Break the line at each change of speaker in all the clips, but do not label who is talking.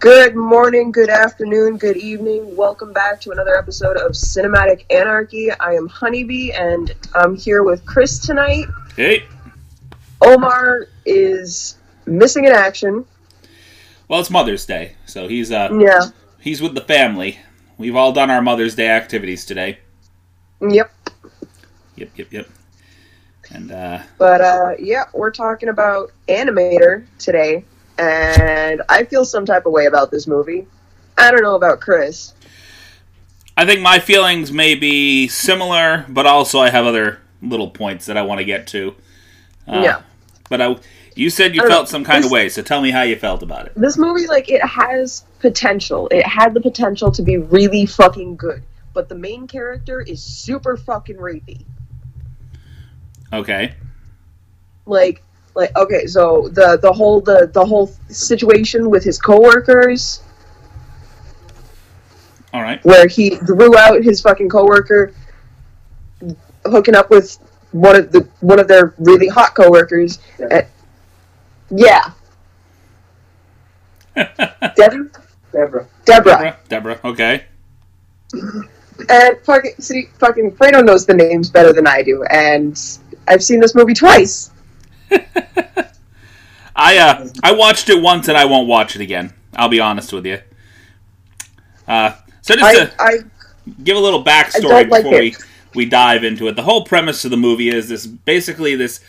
Good morning, good afternoon, good evening. Welcome back to another episode of Cinematic Anarchy. I am Honeybee, and I'm here with Chris tonight.
Hey.
Omar is missing in action.
Well, it's Mother's Day, so he's uh
Yeah.
he's with the family. We've all done our Mother's Day activities today.
Yep.
Yep, yep, yep. And uh
But uh, yeah, we're talking about Animator today, and I feel some type of way about this movie. I don't know about Chris.
I think my feelings may be similar, but also I have other little points that I want to get to. Uh,
Yeah.
But I you said
I
you
don't
felt
know.
some kind
This-
of way, so tell me how you felt about it.
this movie like it has potential it had the potential to be really fucking good but the main character is super fucking rapey
Okay.
like like okay so the the whole the the whole situation with his coworkers
All right.
where he drew out his fucking coworker hooking up with one of the one of their really hot coworkers yeah, yeah. Deb-
Deborah.
Deborah.
Deborah, Deborah, okay.
And fucking, see, fucking Fredo knows the names better than I do, and I've seen this movie twice.
I uh I watched it once and I won't watch it again. I'll be honest with you. Uh so just
I,
to-
I,
give a little
I
backstory
don't like
before we,
it.
we dive into it. The whole premise of the movie is this basically this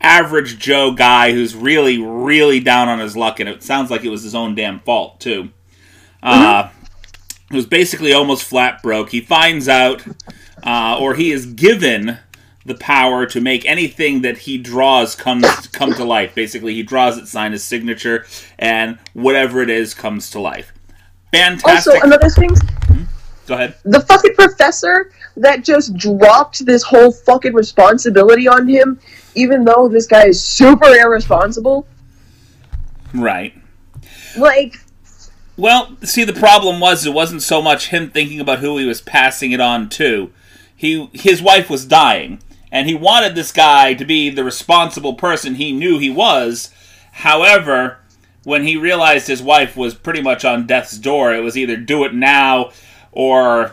average Joe guy who's really, really down on his luck, and it sounds like it was his own damn fault, too. Uh,
Mm-hmm.
who's basically almost flat broke. He finds out, uh, or he is given the power to make anything that he draws comes come to life. Basically, he draws it, sign his signature, and whatever it is comes to life.
also
Fantastic.
another thing,
Go ahead.
the fucking professor that just dropped this whole fucking responsibility on him, even though this guy is super irresponsible.
Right.
Like,
Well, see, the problem was it wasn't so much him thinking about who he was passing it on to. He his wife was dying, and he wanted this guy to be the responsible person he knew he was. However, when he realized his wife was pretty much on death's door, it was either do it now or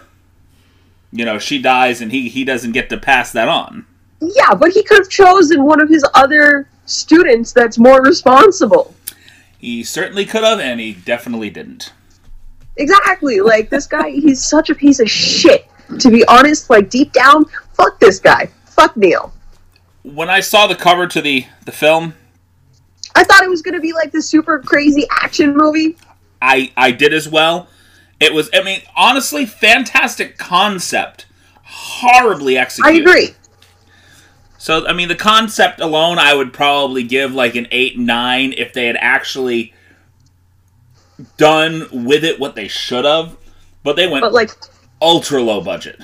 you know she dies and he he doesn't get to pass that on.
yeah, but he could have chosen one of his other students that's more responsible.
He certainly could have, and he definitely didn't.
Exactly. Like this guy, he's such a piece of shit. To be honest, like deep down, fuck this guy. Fuck Neil.
When I saw the cover to the the film,
I thought it was gonna be like this super crazy action movie.
I I did as well. It was I mean honestly fantastic concept, horribly
I
executed.
agree.
So I mean the concept alone I would probably give like an 8 9 if they had actually done with it what they should have, but they went
But like
ultra low budget.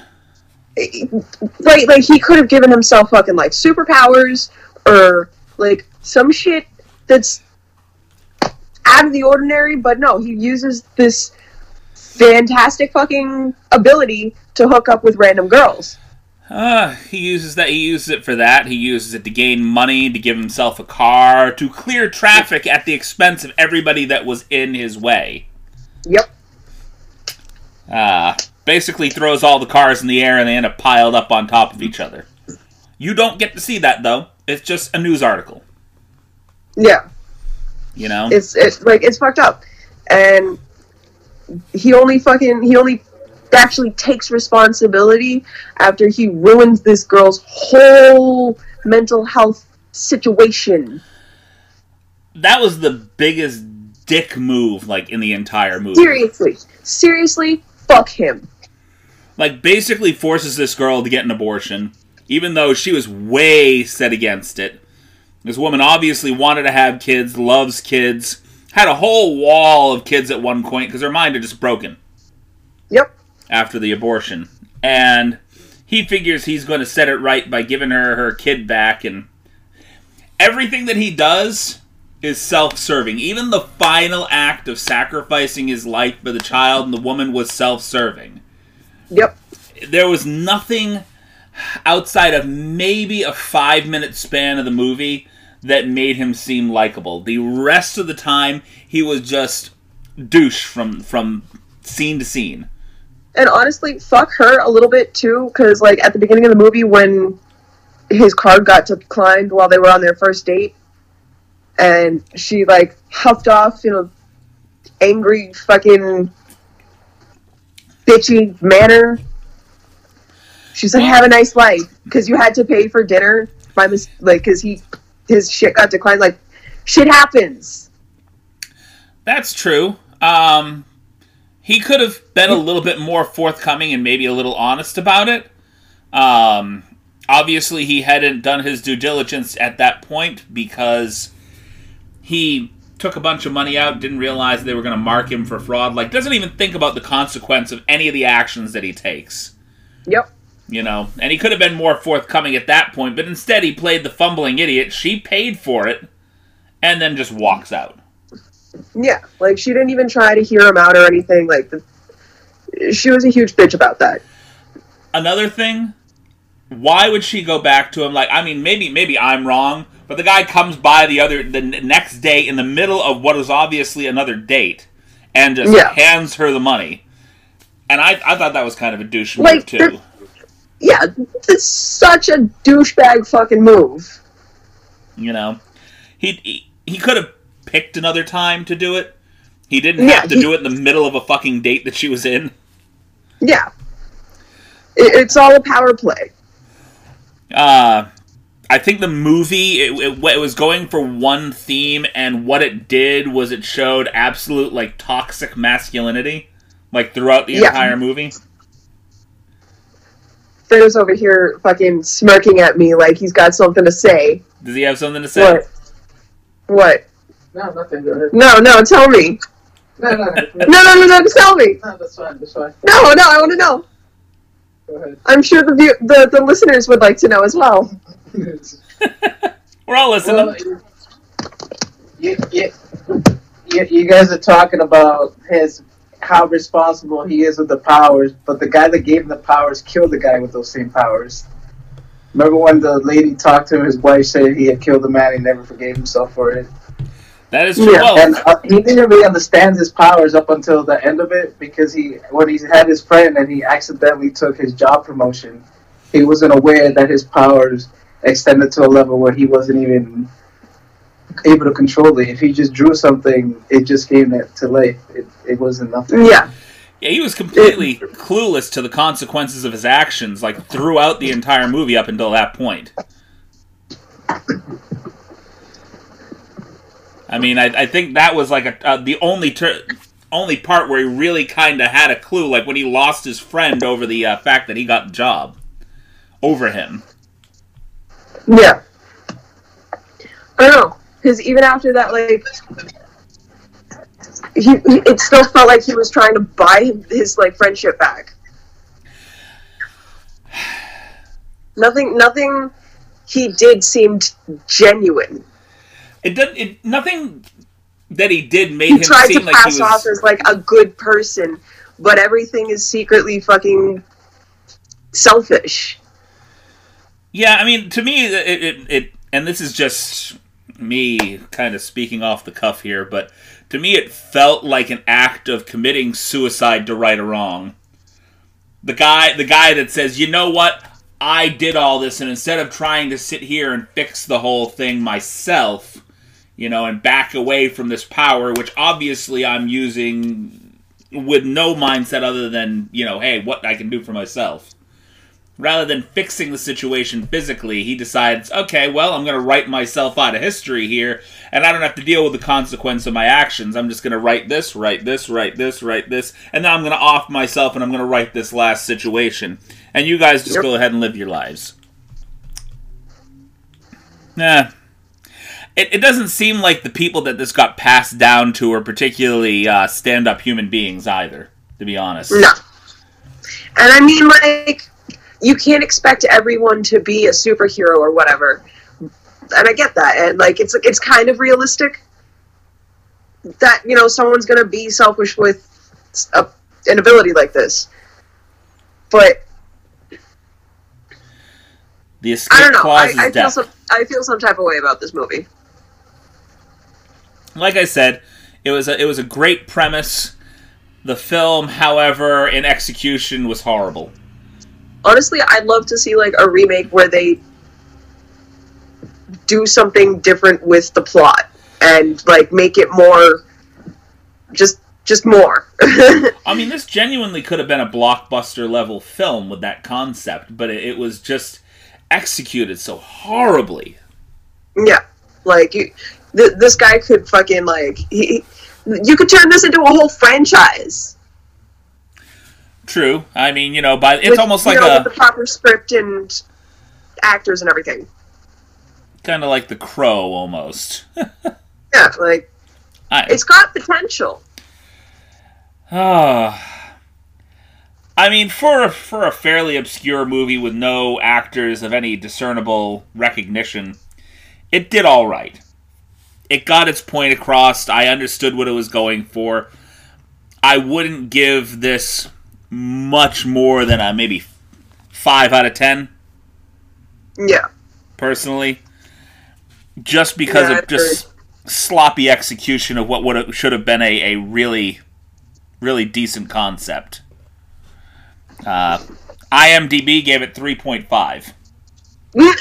right, like he could have given himself fucking like superpowers or like some shit that's out of the ordinary, but no, he uses this fantastic fucking ability to hook up with random girls.
Uh, he uses that. He uses it for that. He uses it to gain money, to give himself a car, to clear traffic at the expense of everybody that was in his way.
Yep.
uh, basically throws all the cars in the air and they end up piled up on top of each other. You don't get to see that though. It's just a news article,
Yeah.
you know.
It's it's like it's fucked up, and he only fucking he only actually takes responsibility after he ruins this girl's whole mental health situation.
that was the biggest dick move like in the entire movie.
Seriously, seriously, fuck him.
Like basically forces this girl to get an abortion even though she was way set against it. This woman obviously wanted to have kids, loves kids, had a whole wall of kids at one point because her mind had just broken.
Yep.
after the abortion. And he figures he's going to set it right by giving her her kid back. And everything that he does is self serving. Even the final act of sacrificing his life for the child and the woman was self serving.
Yep.
There was nothing outside of maybe a five minute span of the movie that made him seem likable. The rest of the time, he was just douche from from scene to scene.
And honestly, fuck her a little bit too, because like at the beginning of the movie when his card got declined while they were on their first date, and she like huffed off, you know, angry fucking bitchy manner. She's like, "Have a nice life," because you had to pay for dinner by mis- like because he his shit got declined. Like shit happens.
That's true. Um, he could have been a little bit more forthcoming and maybe a little honest about it. Um, obviously, he hadn't done his due diligence at that point because he took a bunch of money out, didn't realize they were going to mark him for fraud. Like, doesn't even think about the consequence of any of the actions that he takes.
Yep.
You know, and he could have been more forthcoming at that point, but instead he played the fumbling idiot. She paid for it, and then just walks out.
Yeah. Like she didn't even try to hear him out or anything. Like the, she was a huge bitch about that.
Another thing, why would she go back to him? Like, I mean, maybe maybe I'm wrong, but the guy comes by the other the n- next day in the middle of what is obviously another date, and just
Yeah.
hands her the money. And I, I thought that was kind of a douche move
Like,
too.
they're- Yeah, it's such a douchebag fucking move.
You know, he he, he could have picked another time to do it. He didn't
Yeah,
have to
he-
do it in the middle of a fucking date that she was in.
Yeah. It, it's all a power play.
Uh, I think the movie it, it, it was going for one theme, and what it did was it showed absolute like toxic masculinity, like throughout the
Yeah.
entire movie.
Freddo's over here fucking smirking at me like he's got something to say.
Does he have something to say?
What? What?
No, nothing. Go ahead.
No, no, tell me.
No, no, no.
No, no, no, no, tell me.
no that's fine. That's fine.
No, no, I want to know.
Go ahead.
I'm sure the, view- the the listeners would like to know as well.
We're all listening.
well, you, you, you, you guys are talking about his how responsible he is with the powers, but the guy that gave him the powers killed the guy with those same powers. Remember when the lady talked to him, his wife said he had killed the man, he never forgave himself for it.
that is true.
Yeah,
well,
And uh, he didn't really understand his powers up until the end of it because he, when he had his friend and he accidentally took his job promotion, he wasn't aware that his powers extended to a level where he wasn't even able to control it. If he just drew something, it just came to to life. It, it wasn't nothing.
Yeah,
yeah, he was completely clueless to the consequences of his actions, like throughout the entire movie up until that point. I mean, I, I think that was like a, uh, the only tur only part where he really kind of had a clue, like when he lost his friend over the uh, fact that he got the job over him.
yeah. I don't know, because even after that, like, he, he- it still felt like he was trying to buy him- his like friendship back. Nothing, nothing he did seemed genuine.
It did it, nothing that he did made
He
him
tried to
seem like he
pass
was
off as like a good person, but everything is secretly fucking selfish.
Yeah, I mean, to me, it, it, it and this is just me kind of speaking off the cuff here, but to me, it felt like an act of committing suicide to right a wrong. The guy, the guy that says, "You know what? I did all this, and instead of trying to sit here and fix the whole thing myself, you know, and back away from this power, which obviously I'm using with no mindset other than, you know, hey, what I can do for myself." rather than fixing the situation physically, he decides, okay, well, I'm going to write myself out of history here, and I don't have to deal with the consequence of my actions. I'm just going to write this, write this, write this, write this, and then I'm going to off myself and I'm going to write this last situation. And you guys just
Yep.
go ahead and live your lives. Nah. It, it doesn't seem like the people that this got passed down to are particularly uh, stand up human beings either, to be honest.
No. And I mean, like, you can't expect everyone to be a superhero or whatever. And I get that. And, like, it's, it's kind of realistic that, you know, someone's going to be selfish with a, an ability like this. But
The
I
escape
don't know.
clause
I,
is
I, feel
death.
some, I feel some type of way about this movie.
like I said, It was a, it was a great premise. The film, however, in execution was horrible.
honestly, I'd love to see like a remake where they do something different with the plot and like make it more just just more.
I mean, this genuinely could have been a blockbuster level film with that concept, but it, it was just executed so horribly.
yeah, like you, th- this guy could fucking like he, you could turn this into a whole franchise.
True. I mean, you know, by it's
with,
almost
you
like
know,
a
with the proper script and actors and everything.
kind of like the crow almost.
Yeah, like
I,
it's got potential.
Ah. I mean, for a, for a fairly obscure movie with no actors of any discernible recognition, it did all right. It got its point across. I understood what it was going for. I wouldn't give this much more than a maybe five out of ten
Yeah,
personally, just because
Yeah,
of
I've
just sloppy execution of what would have, should have been a, a really, really decent concept. Uh, IMDb gave it three point five,
with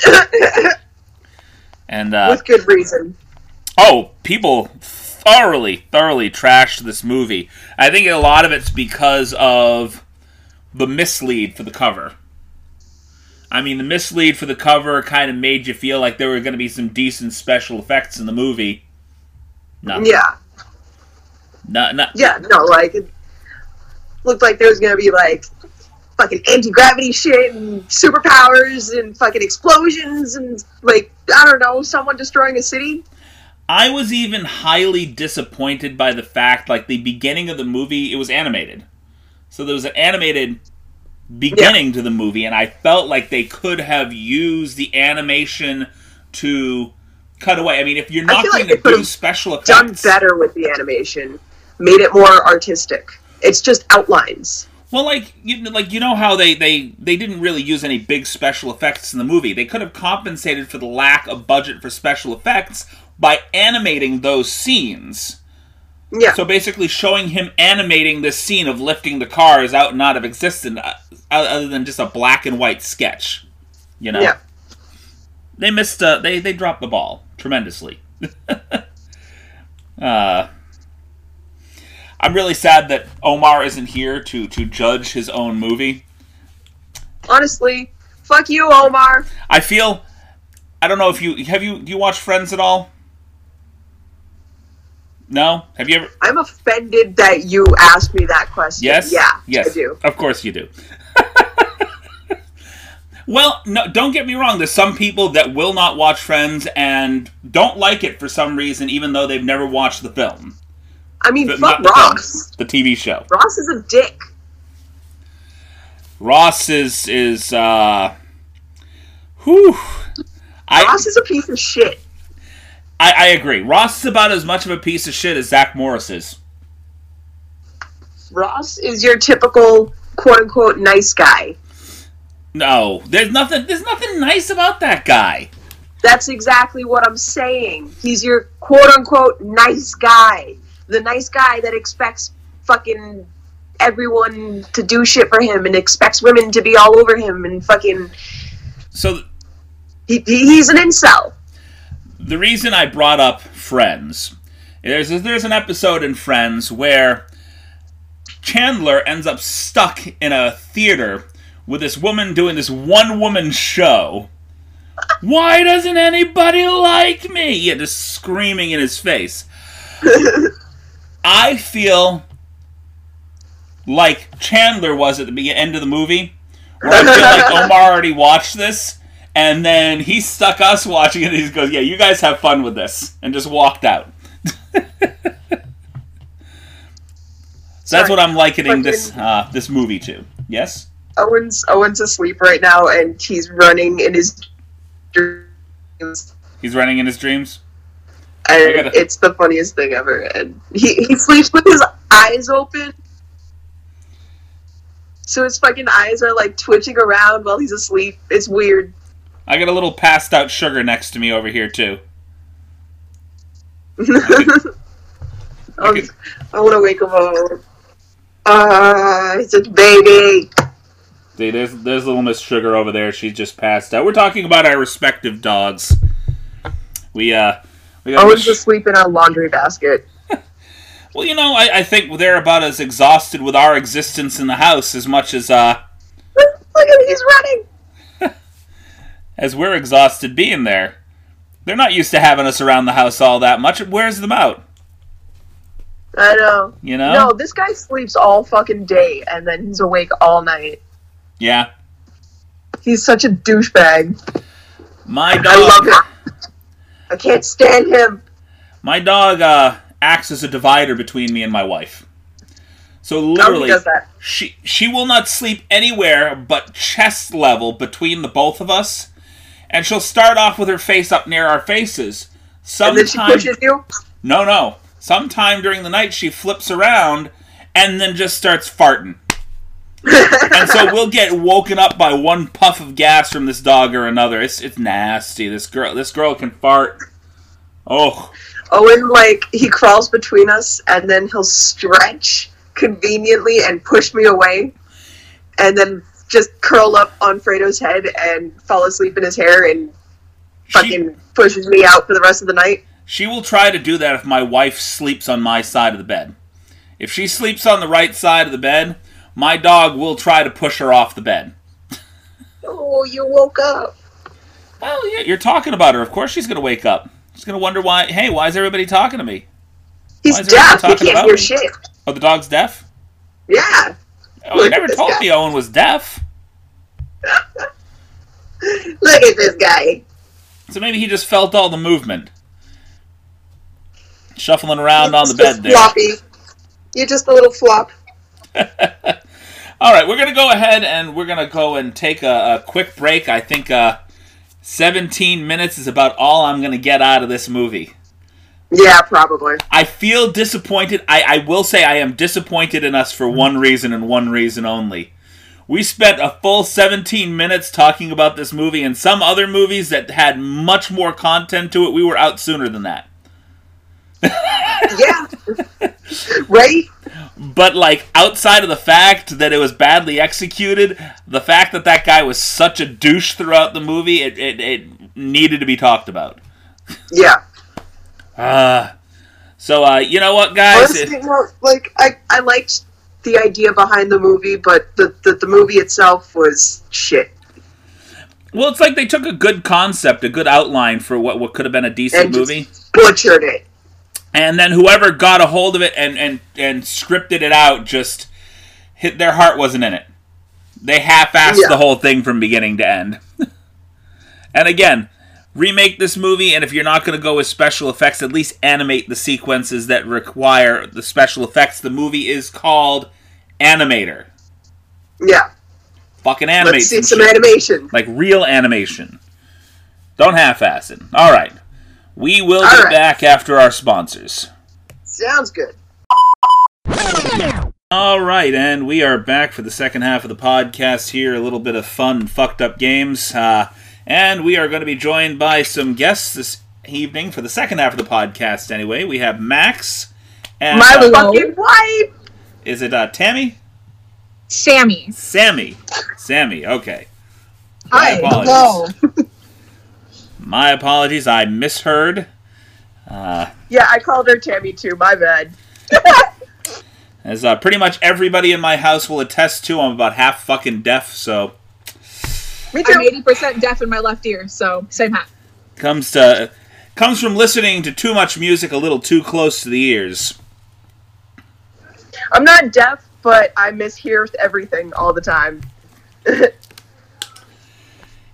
and uh,
good reason.
oh, people thoroughly, thoroughly trashed this movie. I think a lot of it's because of the mislead for the cover. I mean, the mislead for the cover kind of made you feel like there were going to be some decent special effects in the movie. Nothing.
Yeah.
No, no,
Yeah, no, like it looked like there was gonna be like fucking anti gravity shit and superpowers and fucking explosions and like I don't know, someone destroying a city.
I was even highly disappointed by the fact, like the beginning of the movie, it was animated. So there was an animated beginning to the movie, and I felt like they could have used the animation to cut away. I mean, if you're not
feel like
going
they
to
could
do
have
special
Done
effects,
better with the animation, made it more artistic. It's just outlines.
well, like you, like you know how they they they didn't really use any big special effects in the movie. They could have compensated for the lack of budget for special effects by animating those scenes.
Yeah.
So basically, showing him animating this scene of lifting the car is out and out of existence, uh, other than just a black and white sketch. You know,
yeah.
they missed. Uh, they they dropped the ball tremendously. uh, I'm really sad that Omar isn't here to to judge his own movie.
Honestly, fuck you, Omar.
I feel. I don't know if you have you do you watch Friends at all. No, have you ever?
I'm offended that you asked me that question.
Yes.
Yeah.
Yes.
I do.
Of course you do. well, no, don't get me wrong. There's some people that will not watch Friends and don't like it for some reason, even though they've never watched the film,
I mean,
But
fuck
not the film.
Ross.
the TV show.
Ross is a dick.
Ross is is uh, whew. I,
Ross is a piece of shit.
I I agree. Ross is about as much of a piece of shit as Zach Morris is.
Ross is your typical quote unquote nice guy.
No, there's nothing. There's nothing nice about that guy.
That's exactly what I'm saying. He's your quote unquote nice guy. The nice guy that expects fucking everyone to do shit for him and expects women to be all over him and fucking.
So
He, he- he's an incel.
the reason I brought up Friends, there's there's an episode in Friends where Chandler ends up stuck in a theater with this woman doing this one woman show. Why doesn't anybody like me? Yeah, just screaming in his face. I feel like Chandler was at the be- end of the movie, where I feel like Omar already watched this, and then he stuck us watching it, and he goes, Yeah, you guys have fun with this, and just walked out. so that's
Sorry.
what I'm likening this uh, this movie to. Yes?
Owen's Owen's asleep right now and he's running in his dreams.
He's running in his dreams?
And
I gotta-
it's the funniest thing ever. And he, he sleeps with his eyes open. So his fucking eyes are like twitching around while he's asleep. It's weird.
I got a little passed out sugar next to me over here, too.
oh, Um, I want to wake him up. Uh, it's a baby.
See, there's there's little Miss Sugar over there. She just passed out. We're talking about our respective dogs. We uh, we got
I was
Miss-
just sleep in a laundry basket.
well, you know, I, I think they're about as exhausted with our existence in the house as much as uh
Look at him, he's running.
as we're exhausted being there. They're not used to having us around the house all that much. It wears them out,
I know.
you know.
No, this guy sleeps all fucking day and then he's awake all night.
Yeah,
He's such a douchebag.
my dog.
I love him. I can't stand him.
My dog uh, acts as a divider between me and my wife. So
Nobody
literally,
does that.
she she will not sleep anywhere but chest level between the both of us, and she'll start off with her face up near our faces.
And then she
Sometime,
pushes you.
no, no. Sometime during the night, she flips around and then just starts farting. and so we'll get woken up by one puff of gas from this dog or another. It's it's nasty. This girl this girl can fart. Oh,
Owen, like, he crawls between us and then he'll stretch conveniently and push me away and then just curl up on Fredo's head and fall asleep in his hair and
she-
fucking pushes me out for the rest of the night.
She will try to do that if my wife sleeps on my side of the bed. If she sleeps on the right side of the bed, my dog will try to push her off the bed.
Oh, you woke up.
Well, yeah, you're talking about her. Of course she's going to wake up. She's going to wonder why, hey, why is everybody talking to me?
He's
Why is everyone
deaf. He
talking
can't
about
hear
me?
shit.
Oh, the dog's deaf?
Yeah.
Oh, you never told me Owen was deaf.
Look at this guy.
So maybe he just felt all the movement. Shuffling around on the
He's
bed
just
there.
Floppy. You're just a little flop.
All right, we're gonna go ahead and we're gonna go and take a, a quick break. I think uh, 17 minutes is about all I'm gonna get out of this movie.
Yeah, probably.
I feel disappointed. I, I will say I am disappointed in us for one reason and one reason only. We spent a full 17 minutes talking about this movie and some other movies that had much more content to it. We were out sooner than that.
Yeah. right?
But like outside of the fact that it was badly executed, the fact that that guy was such a douche throughout the movie, it it, it needed to be talked about.
Yeah.
Uh, so uh, you know what, guys?
Honestly,
It-
well, like I, I liked the idea behind the movie, but the, the the movie itself was shit
well, it's like they took a good concept, a good outline for what what could have been a decent
And just-
movie,
butchered it.
and then whoever got a hold of it and and and scripted it out just hit their heart wasn't in it. They half-assed
Yeah.
the whole thing from beginning to end. and again, remake this movie, and if you're not going to go with special effects, at least animate the sequences that require the special effects. The movie is called Animator.
Yeah,
Fucking animate.
let's see some
some shit.
animation.
like real animation. Don't half-ass it. All right, we will
All
be
right.
back after our sponsors.
Sounds good.
All right, and we are back for the second half of the podcast here. A little bit of fun, and fucked up games, uh, and we are going to be joined by some guests this evening for the second half of the podcast. Anyway, we have Max and
My
uh,
Hello.
Fucking wife.
is it uh, Tammy?
Sammy.
Sammy, Sammy. Okay,
Hi.
apologies.
Hello.
My apologies, I misheard. Uh,
Yeah, I called her Tammy too. My bad.
As uh, pretty much everybody in my house will attest to, I'm about half fucking deaf. So
Me too.
I'm eighty percent deaf in my left ear, so same hat.
comes to comes from listening to too much music a little too close to the ears.
I'm not deaf, but I mishear everything all the time.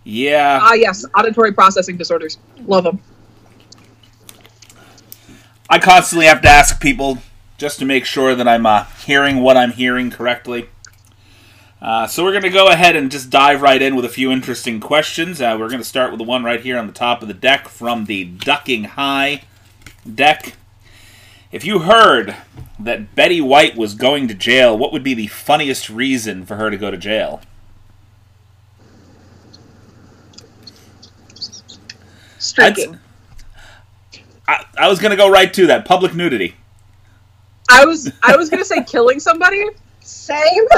Yeah,
Ah, yes, auditory processing disorders. Love them.
I constantly have to ask people just to make sure that I'm uh, hearing what I'm hearing correctly. Uh, so we're going to go ahead and just dive right in with a few interesting questions. Uh, we're going to start with the one right here on the top of the deck from the Ducking High deck. If you heard that Betty White was going to jail, what would be the funniest reason for her to go to jail? I'd s-
Streaking.
I, I was going to go right to that public nudity.
I was I was gonna say killing somebody. Same.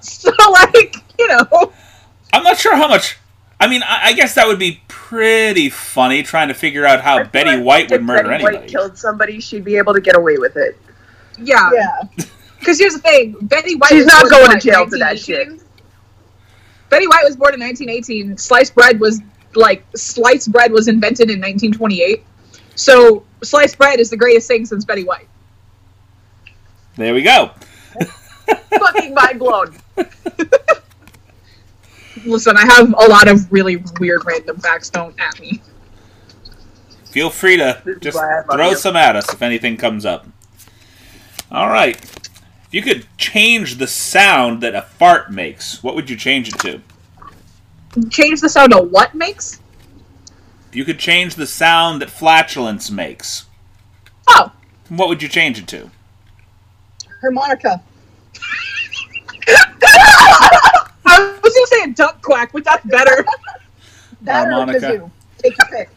so like you know,
I'm not sure how much. I mean, I, I guess that would be pretty funny trying to figure out how
I feel
Betty
like
White
if
would murder
Betty
anybody.
White killed somebody, she'd be able to get away with it.
yeah.
Yeah.
Because here's the thing, Betty White.
She's
was
not
born
going
in,
to jail
what,
for that shit.
1918? Betty White was born in 1918. Sliced bread was like sliced bread was invented in 1928. So sliced bread is the greatest thing since Betty White.
There we go.
Fucking mind blown.
Listen, I have a lot of really weird random facts. Don't at me.
Feel free to
This is
just
why I love
throw
you.
some at us if anything comes up. All right. If you could change the sound that a fart makes, what would you change it to?
Change the sound of what makes?
If you could change the sound that flatulence makes,
Oh,
what would you change it to?
Harmonica.
I was gonna say a duck quack, but that's better.
That
Harmonica.
or kazoo. Take your pick.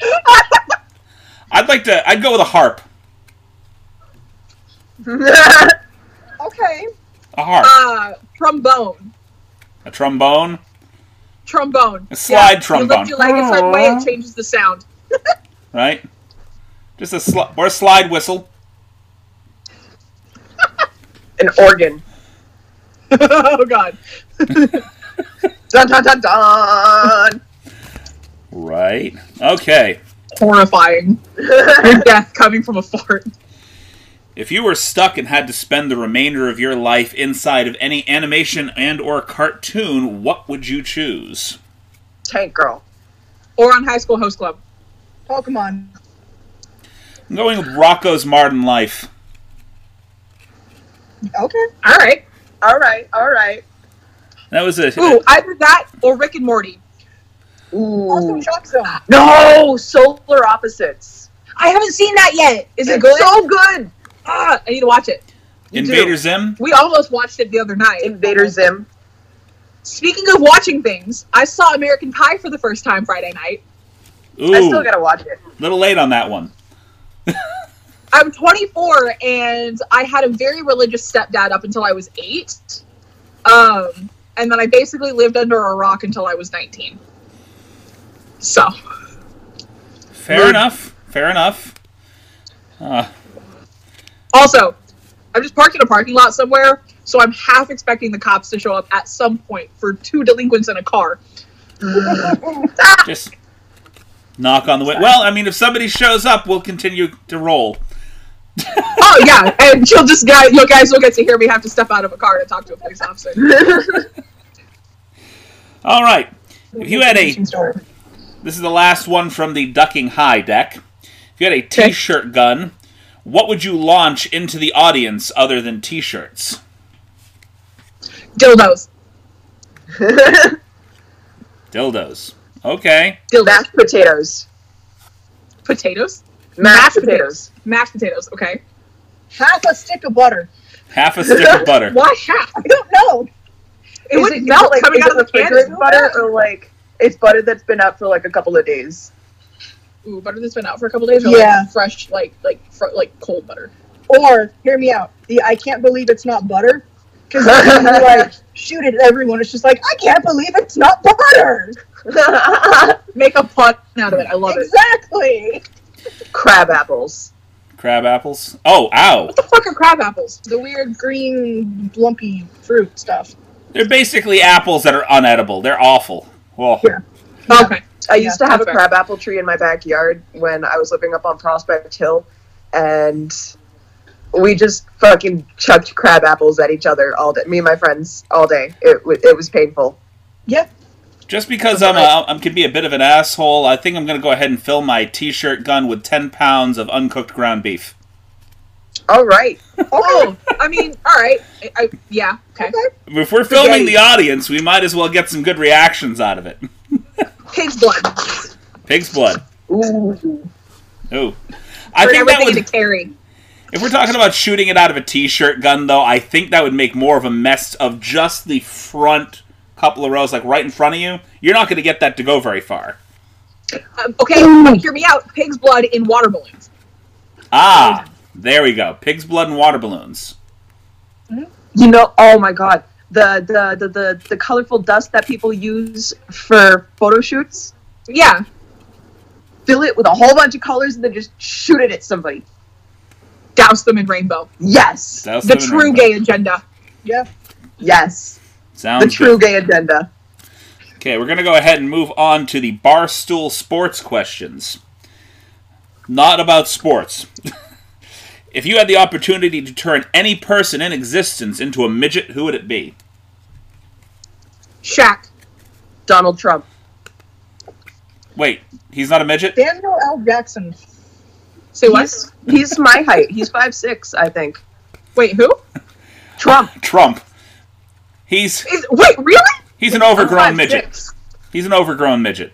I'd like to. I'd go with a harp.
Okay.
A harp.
Uh, trombone,
a trombone.
trombone,
A slide
You
trombone.
lift your leg a certain way, it changes the sound.
Right. Just a sli- or a slide whistle.
An organ.
oh god.
Dun dun dun dun.
Right. Okay.
horrifying. Your death coming from a fart.
If you were stuck and had to spend the remainder of your life inside of any animation and or cartoon, what would you choose?
Tank girl.
Or on High School Host Club.
Pokemon.
I'm going with Rocco's Modern Life.
Okay.
Alright.
All right, all right.
That was a
Ooh, either that or Rick and Morty.
Also
Ooh.
Shock Zone.
No, solar opposites.
I haven't seen that yet. Is
It's
it good?
so good.
ah, I need to watch it.
You do.
Invader Zim.
We almost watched it the other night.
Invader Zim.
Speaking of watching things, I saw American Pie for the first time Friday night.
Ooh,
I still gotta watch it.
little late on that one.
I'm 24 and I had a very religious stepdad up until I was eight. Um, and then I basically lived under a rock until I was 19. So.
Fair
Rude.
enough. Fair enough. Uh,
Also, I'm just parked in a parking lot somewhere, so I'm half expecting the cops to show up at some point for two delinquents in a car.
just knock on the window. Well, I mean, if somebody shows up, we'll continue to roll.
oh yeah, and you'll just guys, you guys will get to hear me have to step out of a car to talk to a police officer.
All right. If you had a
Interesting story.
This is the last one from the Ducking High deck. If you had a t shirt gun, what would you launch into the audience other than t shirts?
Dildos,
Dildos. Okay.
dildos,
Mashed potatoes.
potatoes,
Mashed
potatoes.
potatoes.
mashed potatoes. Okay,
Half a stick of butter.
Half a stick of butter.
why half?
I don't know.
It
Is
would
is
melt coming
is
out of
it
the can.
refrigerated butter or like it's butter that's been out for like a couple of days.
Ooh, butter that's been out for a couple days. Or
Yeah.
like fresh, like like fr- like cold butter.
Or hear me out. The I can't believe it's not butter. Because like shoot it at everyone. It's just like I can't believe it's not butter.
Make a pun out of it. I love it.
exactly.
Crab apples.
Crab apples. Oh, ow.
What the fuck are crab apples?
The weird green lumpy fruit stuff.
They're basically apples that are unedible. They're awful. Well,
Yeah.
Okay.
I
Yeah,
used to have a
that's fair.
crab apple tree in my backyard when I was living up on Prospect Hill, and we just fucking chucked crab apples at each other all day. Me and my friends all day. It wa- it was painful.
Yeah.
just because I'm, a, I'm can be a bit of an asshole, I think I'm going to go ahead and fill my t shirt gun with 10 pounds of uncooked ground beef.
All right.
Oh, I mean, all right. I, I, yeah. Okay.
Okay.
If we're filming the audience, we might as well get some good reactions out of it.
Pig's blood.
Pig's blood.
Ooh.
Ooh. I
Turn
think that
everything
would
into carry.
If we're talking about shooting it out of a t-shirt gun, though, I think that would make more of a mess of just the front couple of rows, like right in front of you. You're not going to get that to go very far.
Um, okay, hear me out. Pig's blood in water balloons.
Ah, There we go. Pig's blood and water balloons.
You know, oh my god, the the the the, the colorful dust that people use for photo shoots.
Yeah.
Fill it with a whole bunch of colors and then just shoot it at somebody.
Douse them in rainbow.
Yes,
Douse
the
them in
true
rainbow.
gay agenda.
Yeah.
yes,
Sounds
the true
good.
gay agenda.
Okay, we're going to go ahead and move on to the barstool sports questions. Not about sports. if you had the opportunity to turn any person in existence into a midget, who would it be?
Shaq.
Donald Trump.
Wait, he's not a midget?
Daniel L. Jackson.
Say what?
He's he's my height. He's five six, I think.
Wait, who?
Trump.
Trump. He's
Is, wait, really?
he's an overgrown
five
midget.
six.
He's an overgrown midget.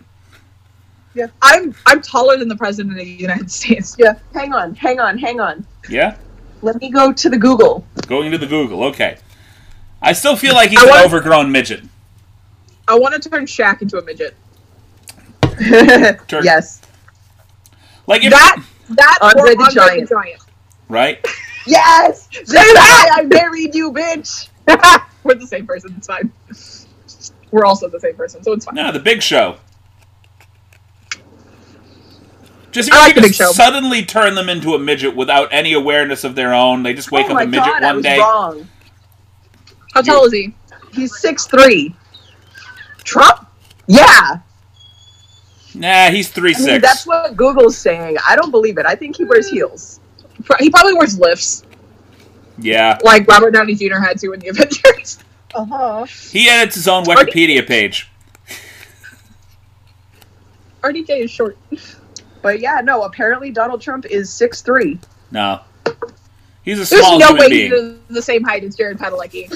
I'm I'm taller than the president of the United States.
Yeah.
Hang on, hang on, hang on.
Yeah?
Let me go to the Google.
Going to the Google. Okay. I still feel like he's
I
an
want-
overgrown midget.
I want to turn Shaq into a midget.
yes.
Like if,
That that
Andre
or
the
Andre
Giant.
the Giant.
right?
Yes! Say that! I married you, bitch!
We're the same person. It's fine. We're also the same person, so it's fine.
No, the Big Show. Just if
I
you
like The
could
Big Show.
suddenly turn them into a midget without any awareness of their own. They just wake
oh
up
my
a midget
god, I
one
was
day.
wrong.
How tall is he?
He's six three. Trump? Yeah.
Nah, he's three
I mean,
six.
that's what Google's saying. I don't believe it. I think he wears heels.
Pro- He probably wears lifts,
yeah,
like Robert Downey Jr. had to in the Avengers.
Uh huh.
he edits his own Wikipedia page.
RDJ is short.
But yeah, no, apparently Donald Trump is six three.
No, he's a
There's
small
no
human
way
being.
he's the same height as Jared Padalecki.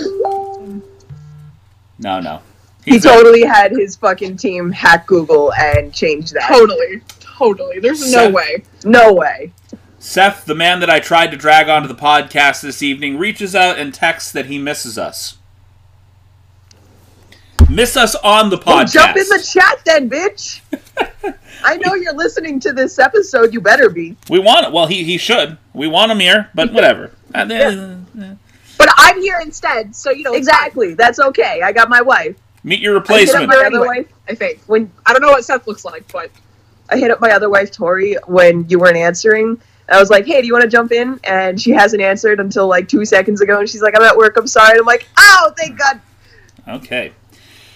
No, no,
He
he's a
totally had his fucking team hack Google and change that.
Totally, totally. There's no
So-
way.
No way.
Seth, the man that I tried to drag onto the podcast this evening, reaches out and texts that he misses us. Miss us on the podcast.
Well, jump in the chat then, bitch. I know you're listening to this episode. You better be.
We want it. Well, he he should. We want him here, but whatever. Uh, uh, uh,
But I'm here instead, so you know it's
Exactly. That's okay. I got my wife.
uh, Meet
I
your
hit up
replacement.
my
Placement.
other wife
fine, I think.
when
I don't know what Seth looks like, but
I hit up my other wife Tori when you weren't answering. I was like, "Hey, do you want to jump in?" And she hasn't answered until like two seconds ago, and she's like, "I'm at work. I'm sorry." And I'm like, "Oh, thank God,"
Okay.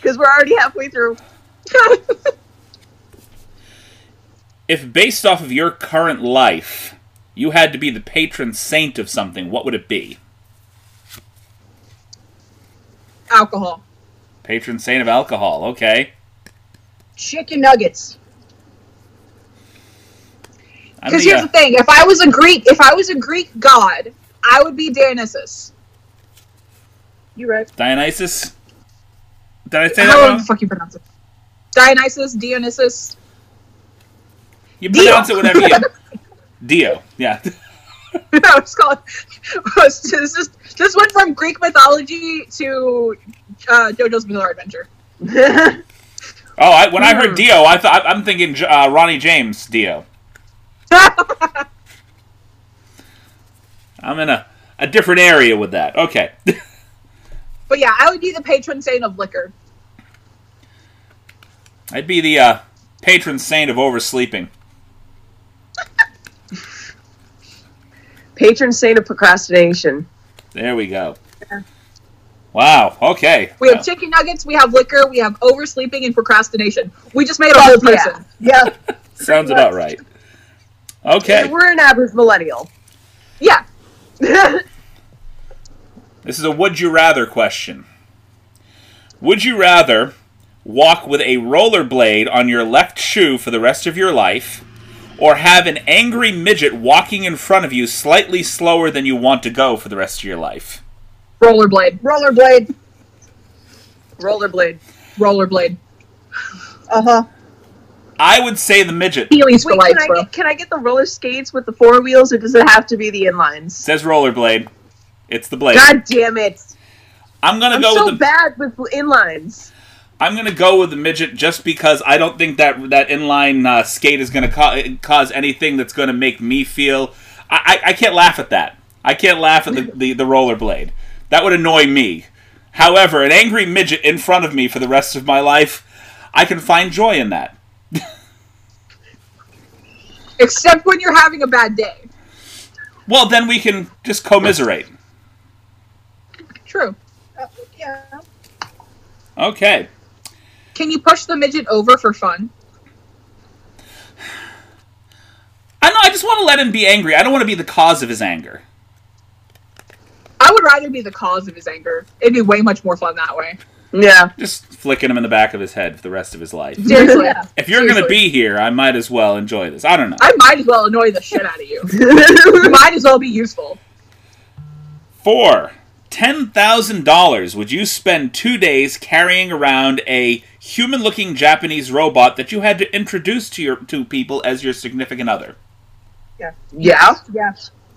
because we're already halfway through.
If based off of your current life, you had to be the patron saint of something, what would it be?
alcohol.
Patron saint of alcohol. Okay.
Chicken nuggets.
I'm
Because
the,
here's
uh,
the thing: if I was a Greek, if I was a Greek god, I would be Dionysus.
You right.
Dionysus. Did I say that
How
wrong?
the fuck you pronounce it? Dionysus, Dionysus.
You
Dio.
pronounce it whatever you. Dio. Yeah.
I was calling. This is just this went from Greek mythology to uh, JoJo's Bizarre Adventure.
Oh, I, when I
Hmm.
heard Dio, I thought I'm thinking uh, Ronnie James Dio. I'm in a, a different area with that. Okay.
But yeah, I would be the patron saint of liquor.
I'd be the uh, patron saint of oversleeping.
Patron saint of procrastination.
There we go. Wow. Okay.
We have
Uh,
chicken nuggets, we have liquor, we have oversleeping and procrastination. We just made a whole
yeah.
person.
Yeah.
sounds about right. Okay.
We're an average millennial.
Yeah.
This is a would you rather question. Would you rather walk with a rollerblade on your left shoe for the rest of your life or have an angry midget walking in front of you slightly slower than you want to go for the rest of your life?
Rollerblade.
Rollerblade.
Rollerblade.
Rollerblade.
Uh huh.
I would say the midget
Heelys for
Wait,
life,
can I,
bro.
get, can I get the roller skates with the four wheels, or does it have to be the inlines?
says rollerblade. It's the blade.
God damn it!
I'm gonna
I'm
go
so
with the
bad with inlines.
I'm gonna go with the midget just because I don't think that that inline uh, skate is gonna ca- cause anything that's gonna make me feel. I, I, I can't laugh at that. I can't laugh at the, the, the rollerblade. That would annoy me. However, an angry midget in front of me for the rest of my life, I can find joy in that.
Except when you're having a bad day.
Well, then we can just commiserate.
True.
Uh, yeah.
Okay.
Can you push the midget over for fun?
I know. I just want to let him be angry. I don't want to be the cause of his anger.
I would rather be the cause of his anger. It'd be way much more fun that way.
Yeah.
Just flicking him in the back of his head for the rest of his life.
Seriously.
Yeah.
If you're going to
Seriously.
be here, I might as well enjoy this. I don't know.
I might as well annoy the shit out of you. You might as well be useful.
Four. $10,000 would you spend two days carrying around a human looking Japanese robot that you had to introduce to your to people as your significant other?
yeah.
Yeah. One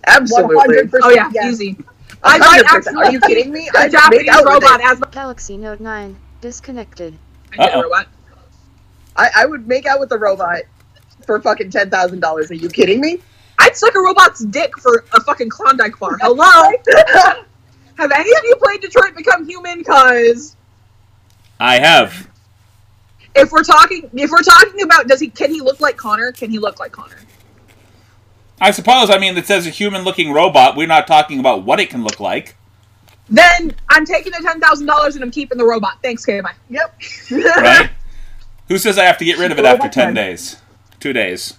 Absolutely.
hundred percent.
Oh yeah,
yeah.
easy. I might
100%. Are you kidding me?
The
I'd make
Japanese
out with
robot
it.
as my
Galaxy Note 9 disconnected.
I hate
Uh-oh.
robot.
I, I would make out with the robot for fucking ten thousand dollars. Are you kidding me?
I'd suck a robot's dick for a fucking Klondike bar. Hello? Have any of you played Detroit Become Human? Cause
I have.
if we're talking if we're talking about does he can he look like Connor? Can he look like Connor?
I suppose, I mean, it says a human looking robot. We're not talking about what it can look like.
Then I'm taking the ten thousand dollars and I'm keeping the robot. Thanks, K bye.
Yep.
right? Who says I have to get rid of it
Well,
after
that's
10
fine.
days? Two days.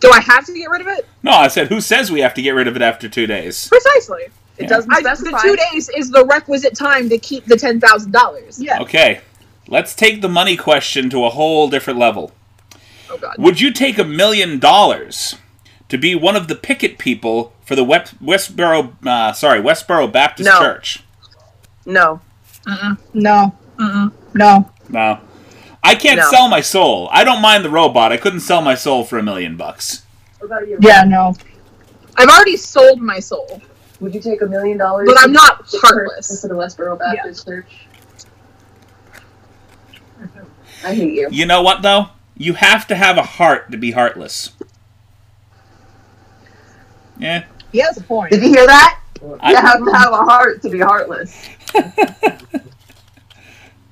Do I have to get rid of it?
No, I said, who says we have to get rid of it after two days?
Precisely.
It
Yeah.
doesn't
I, the
specify.
two days is the requisite time to keep the ten thousand dollars.
Yeah.
Okay, let's take the money question to a whole different level.
Oh god.
Would you take a million dollars to be one of the picket people for the Wep- Westboro, uh, sorry, Westboro Baptist
No.
Church?
No.
Uh-uh.
No.
Uh-uh.
No.
No. I can't
No.
sell my soul. I don't mind the robot. I couldn't sell my soul for a million bucks.
Yeah. No.
I've already sold my soul.
Would you take a million dollars?
But I'm
to
not
the church-
heartless.
To the Westboro Baptist Church. I hate you.
You know what, though? You have to have a heart to be heartless. Yeah.
He has a point.
Did you hear that?
I-
you have to have a heart to be heartless.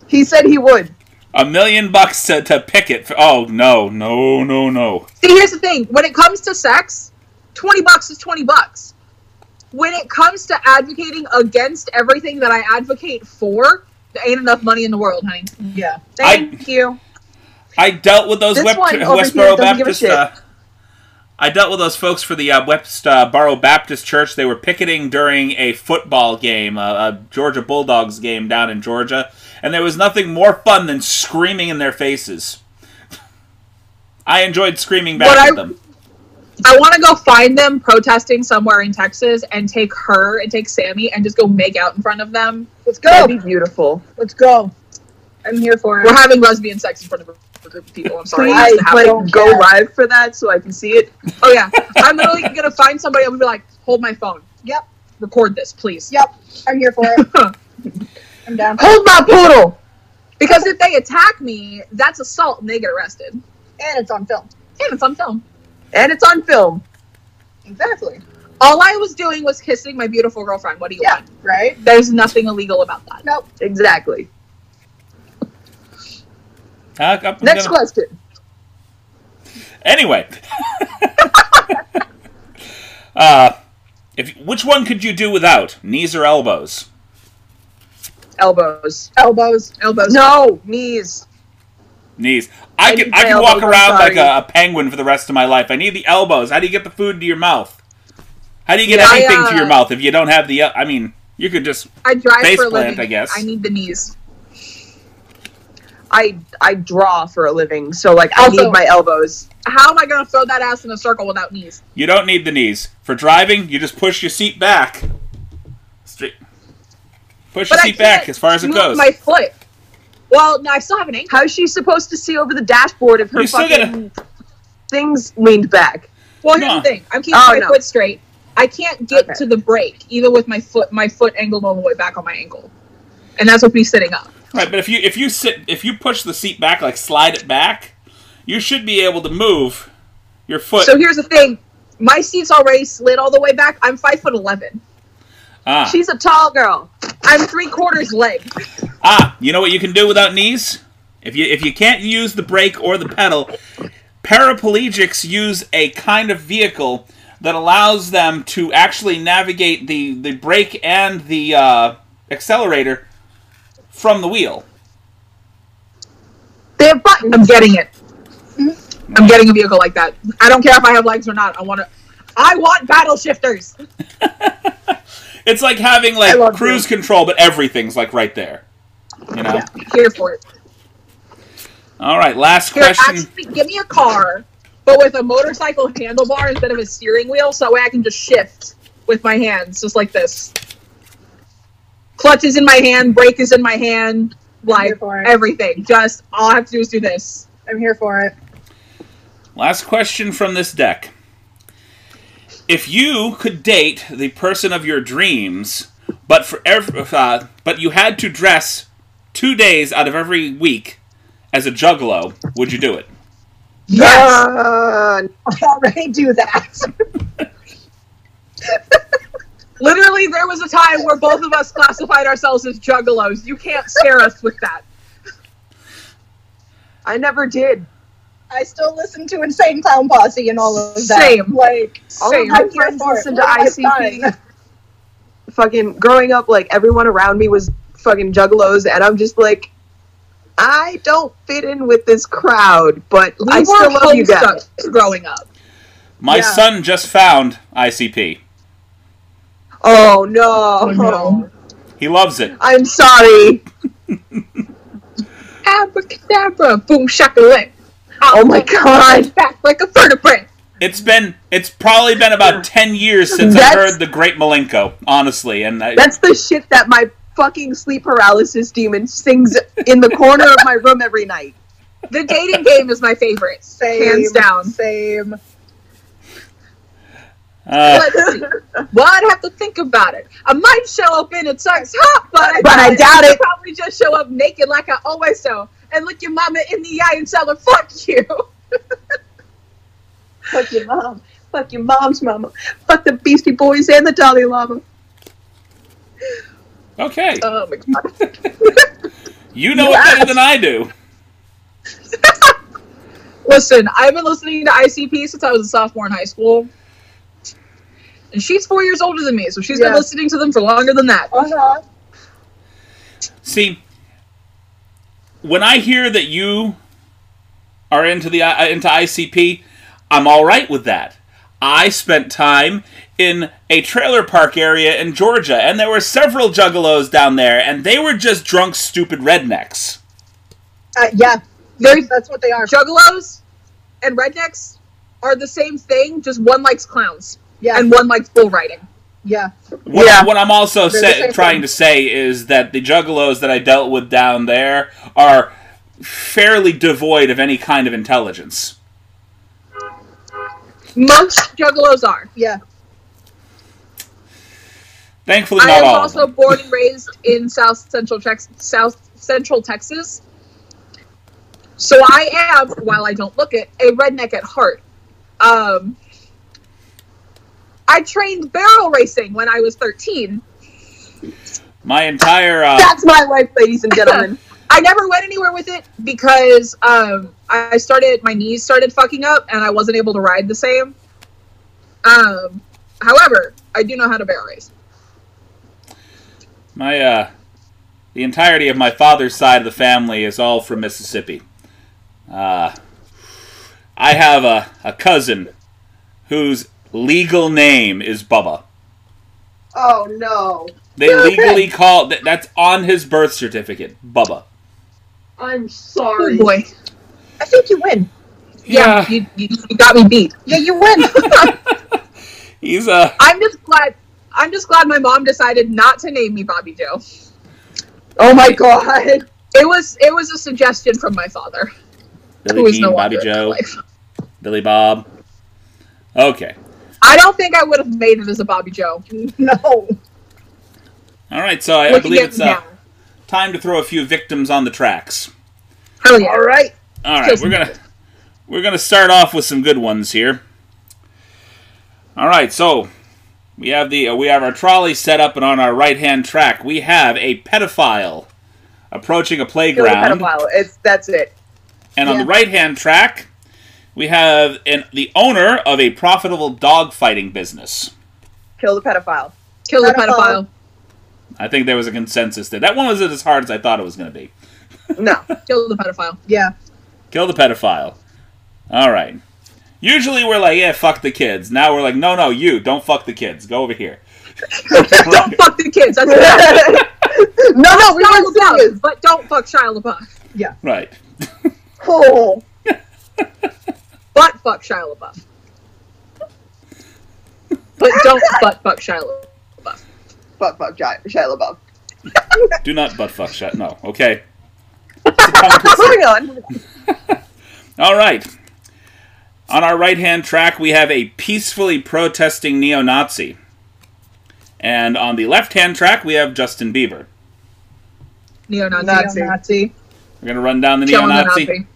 he said he would.
A million bucks to, to pick it. For, oh, no, no, no, no.
See, here's the thing. When it comes to sex, 20 bucks is 20 bucks. When it comes to advocating against everything that I advocate for, there ain't enough money in the world, honey.
Yeah.
Thank you.
I dealt with those
This
Wep-
one over
Westboro
here doesn't give a
Baptist.
shit.
Uh, I dealt with those folks for the uh, Westboro Baptist Church. They were picketing during a football game, a, a Georgia Bulldogs game down in Georgia, and there was nothing more fun than screaming in their faces. I enjoyed screaming back
What
at
I-
them.
I want to go find them protesting somewhere in Texas and take her and take Sammy and just go make out in front of them.
Let's
That'd be
go.
beautiful.
Let's go.
I'm here for it. We're having lesbian sex in front of a group of people. I'm sorry.
Please,
it has to happen.
like,
don't
go
care.
live for that so I can see it.
Oh, yeah. I'm literally going to find somebody and be like, hold my phone.
Yep.
Record this, please.
Yep. I'm here for it. I'm down.
Hold my poodle.
Because if they attack me, that's assault and they get arrested. And
And it's on film.
it's on film.
And it's on film.
Exactly.
All I was doing was kissing my beautiful girlfriend. What do you
Yeah.
want?
Right.
There's nothing illegal about that.
Nope.
Exactly.
Uh, I'm
Next
gonna-
question.
Anyway, uh, if which one could you do without knees or elbows?
Elbows.
Elbows.
Elbows.
No, knees.
Knees. I
I
can
need
I
my
can walk
elbows, I'm
around like
sorry.
a, a penguin for the rest of my life. I need the elbows. How do you get the food to your mouth? How do you get
Yeah, I,
anything to your
uh,
mouth if you don't have the? el- I mean, you could just
I drive
Face
for a
plant,
living.
I guess.
I need the knees.
I I draw for a living, so like I
Also-
need my elbows.
How am I going to throw that ass in a circle without knees?
you don't need the knees for driving. You just push your seat back. Straight. Push your
I
seat back
can't
as far as it
move
goes.
My foot. Well, no, I still have an ankle.
How's she supposed to see over the dashboard if her
You still
fucking things leaned back?
Well, here's
No.
the thing. I'm keeping
Oh,
my
no.
foot straight. I can't get
Okay.
to the brake either with my foot my foot angled all the way back on my ankle, and that's with me sitting up.
Right, but if you if you sit if you push the seat back like slide it back, you should be able to move your foot.
So here's the thing. My seat's already slid all the way back. I'm five foot eleven.
Ah,
She's a tall girl. I'm three quarters leg.
ah, you know what you can do without knees? If you if you can't use the brake or the pedal, paraplegics use a kind of vehicle that allows them to actually navigate the the brake and the uh, accelerator from the wheel.
They have buttons. I'm getting it. I'm getting a vehicle like that. I don't care if I have legs or not. I want to. I want battle shifters.
It's like having
I
like
love
cruise control, but everything's like right there. You know.
Here for it.
All right, last
Here,
question.
actually, give me a car, but with a motorcycle handlebar instead of a steering wheel, so that way I can just shift with my hands, just like this. Clutch is in my hand, brake is in my hand,
I'm
like
here for it.
everything. Just all I have to do is do this.
I'm here for it.
Last question from this deck. If you could date the person of your dreams, but for ev- uh, but you had to dress two days out of every week as a juggalo, would you do it?
Yes.
Uh,
I already do that.
Literally, there was a time where both of us classified ourselves as juggalos. You can't scare us with that.
I never did.
I still listen to Insane Clown Posse and all of that.
Same.
Like,
All
Same.
of my
I'm here
friends
for it.
listened to
What am I
ICP.
buying?
Fucking growing up, like everyone around me was fucking juggalos, and I'm just like, I don't fit in with this crowd, but
We
I
were
still love you guys.
homestuck growing up.
My
Yeah.
son just found ICP.
Oh no.
Oh, no.
He loves it.
I'm sorry.
Abracadabra, boom shakalaka.
Oh my god.
back like a vertebrae.
It's been it's probably been about 10 years since I
That's-
heard the Great Malenko, honestly, and I,
That's the shit that my fucking sleep paralysis demon sings in the corner of my room every night.
The dating game is my favorite,
Same.
hands down.
Same.
uh,
Let's see. Well, I'd have to think about it. I might show up in a tux top, but I,
But I doubt
I'll
it.
Probably just show up naked like I always do, and look your mama in the eye and tell her "fuck you."
Fuck your mom. Fuck your mom's mama. Fuck the Beastie Boys and the Dalai Lama.
okay.
Oh my god.
You know it better than I do.
Listen, I've been listening to ICP since I was a sophomore in high school, and she's four years older than me, so she's been
Yeah.
listening to them for longer than that.
Uh huh.
See, when I hear that you are into the uh, into ICP, I'm all right with that. I spent time in a trailer park area in Georgia, and there were several juggalos down there, and they were just drunk, stupid rednecks.
Uh, yeah.
There's-
That's what they are.
Juggalos and rednecks are the same thing, just one likes clowns
Yeah.
and one likes bull riding.
yeah.
What,
Yeah.
what I'm also
They're the
sa-
same
trying
thing.
to say is that the juggalos that I dealt with down there are fairly devoid of any kind of intelligence.
Most juggalos are.
Yeah.
Thankfully,
I
not
was
all.
also
of them.
born and raised in South Central Tex- South Central Texas. So I am, while I don't look it, a redneck at heart. Um, I trained barrel racing when I was 13.
My entire uh,
That's my life, ladies and gentlemen.
I never went anywhere with it because um, I started my knees started fucking up and I wasn't able to ride the same. Um, however, I do know how to barrel race.
My uh, the entirety of my father's side of the family is all from Mississippi. Uh, I have a, a cousin whose legal name is Bubba.
oh no.
They
Oh,
legally call that, that's on his birth certificate, Bubba.
I'm
Oh
sorry.
boy.
I think you win.
Yeah, you, you, you got me beat.
Yeah, you win.
he's a
I'm just glad. I'm just glad my mom decided not to name me Bobby Joe.
Oh my god.
It was it was a suggestion from my father, who
Billy
is
Jean,
no
Bobby
longer in my
Joe,
life.
Billy Bob. Okay,
I don't think I would have made it as a Bobby Joe.
no.
all right. So I, I
Look
believe
at
it's
me
uh,
now.
time to throw a few victims on the tracks.
Hell yeah!
All right.
All right,
Just-
we're gonna we're gonna start off with some good ones here. All right, so we have the uh, we have our trolley set up, and on our right hand track we have a pedophile approaching a
Kill the
playground,
pedophile. It's that's it.
and on the
Yeah.
right hand track we have an, the owner of a profitable dog fighting business.
Kill the pedophile.
Kill the
Pedophile.
pedophile.
I think there was a consensus there. That one wasn't as hard as I thought it was going to be.
No.
Kill the pedophile.
Yeah.
Kill the pedophile. All right. Usually we're like, yeah, fuck the kids. Now we're like, no, no, you don't fuck the kids. Go over here.
don't fuck the kids. That's
no,
not
no, we
Shia
weren't serious.
LaBeouf, but don't fuck Shia LaBeouf.
Right.
Oh,
But fuck Shia LaBeouf. But don't butt fuck Shia LaBeouf.
fuck, fuck, Shia Shia LaBeouf.
Do not butt fuck shut. No. Okay. It's a tongue twister.
Moving on.
All right. On our right hand track, we have a peacefully protesting neo Nazi. And on the left hand track, we have Justin Bieber.
Neo-Nazi.
Nazi.
Nazi.
We're going to run down the neo
Killing the
Nazi.
Nazi.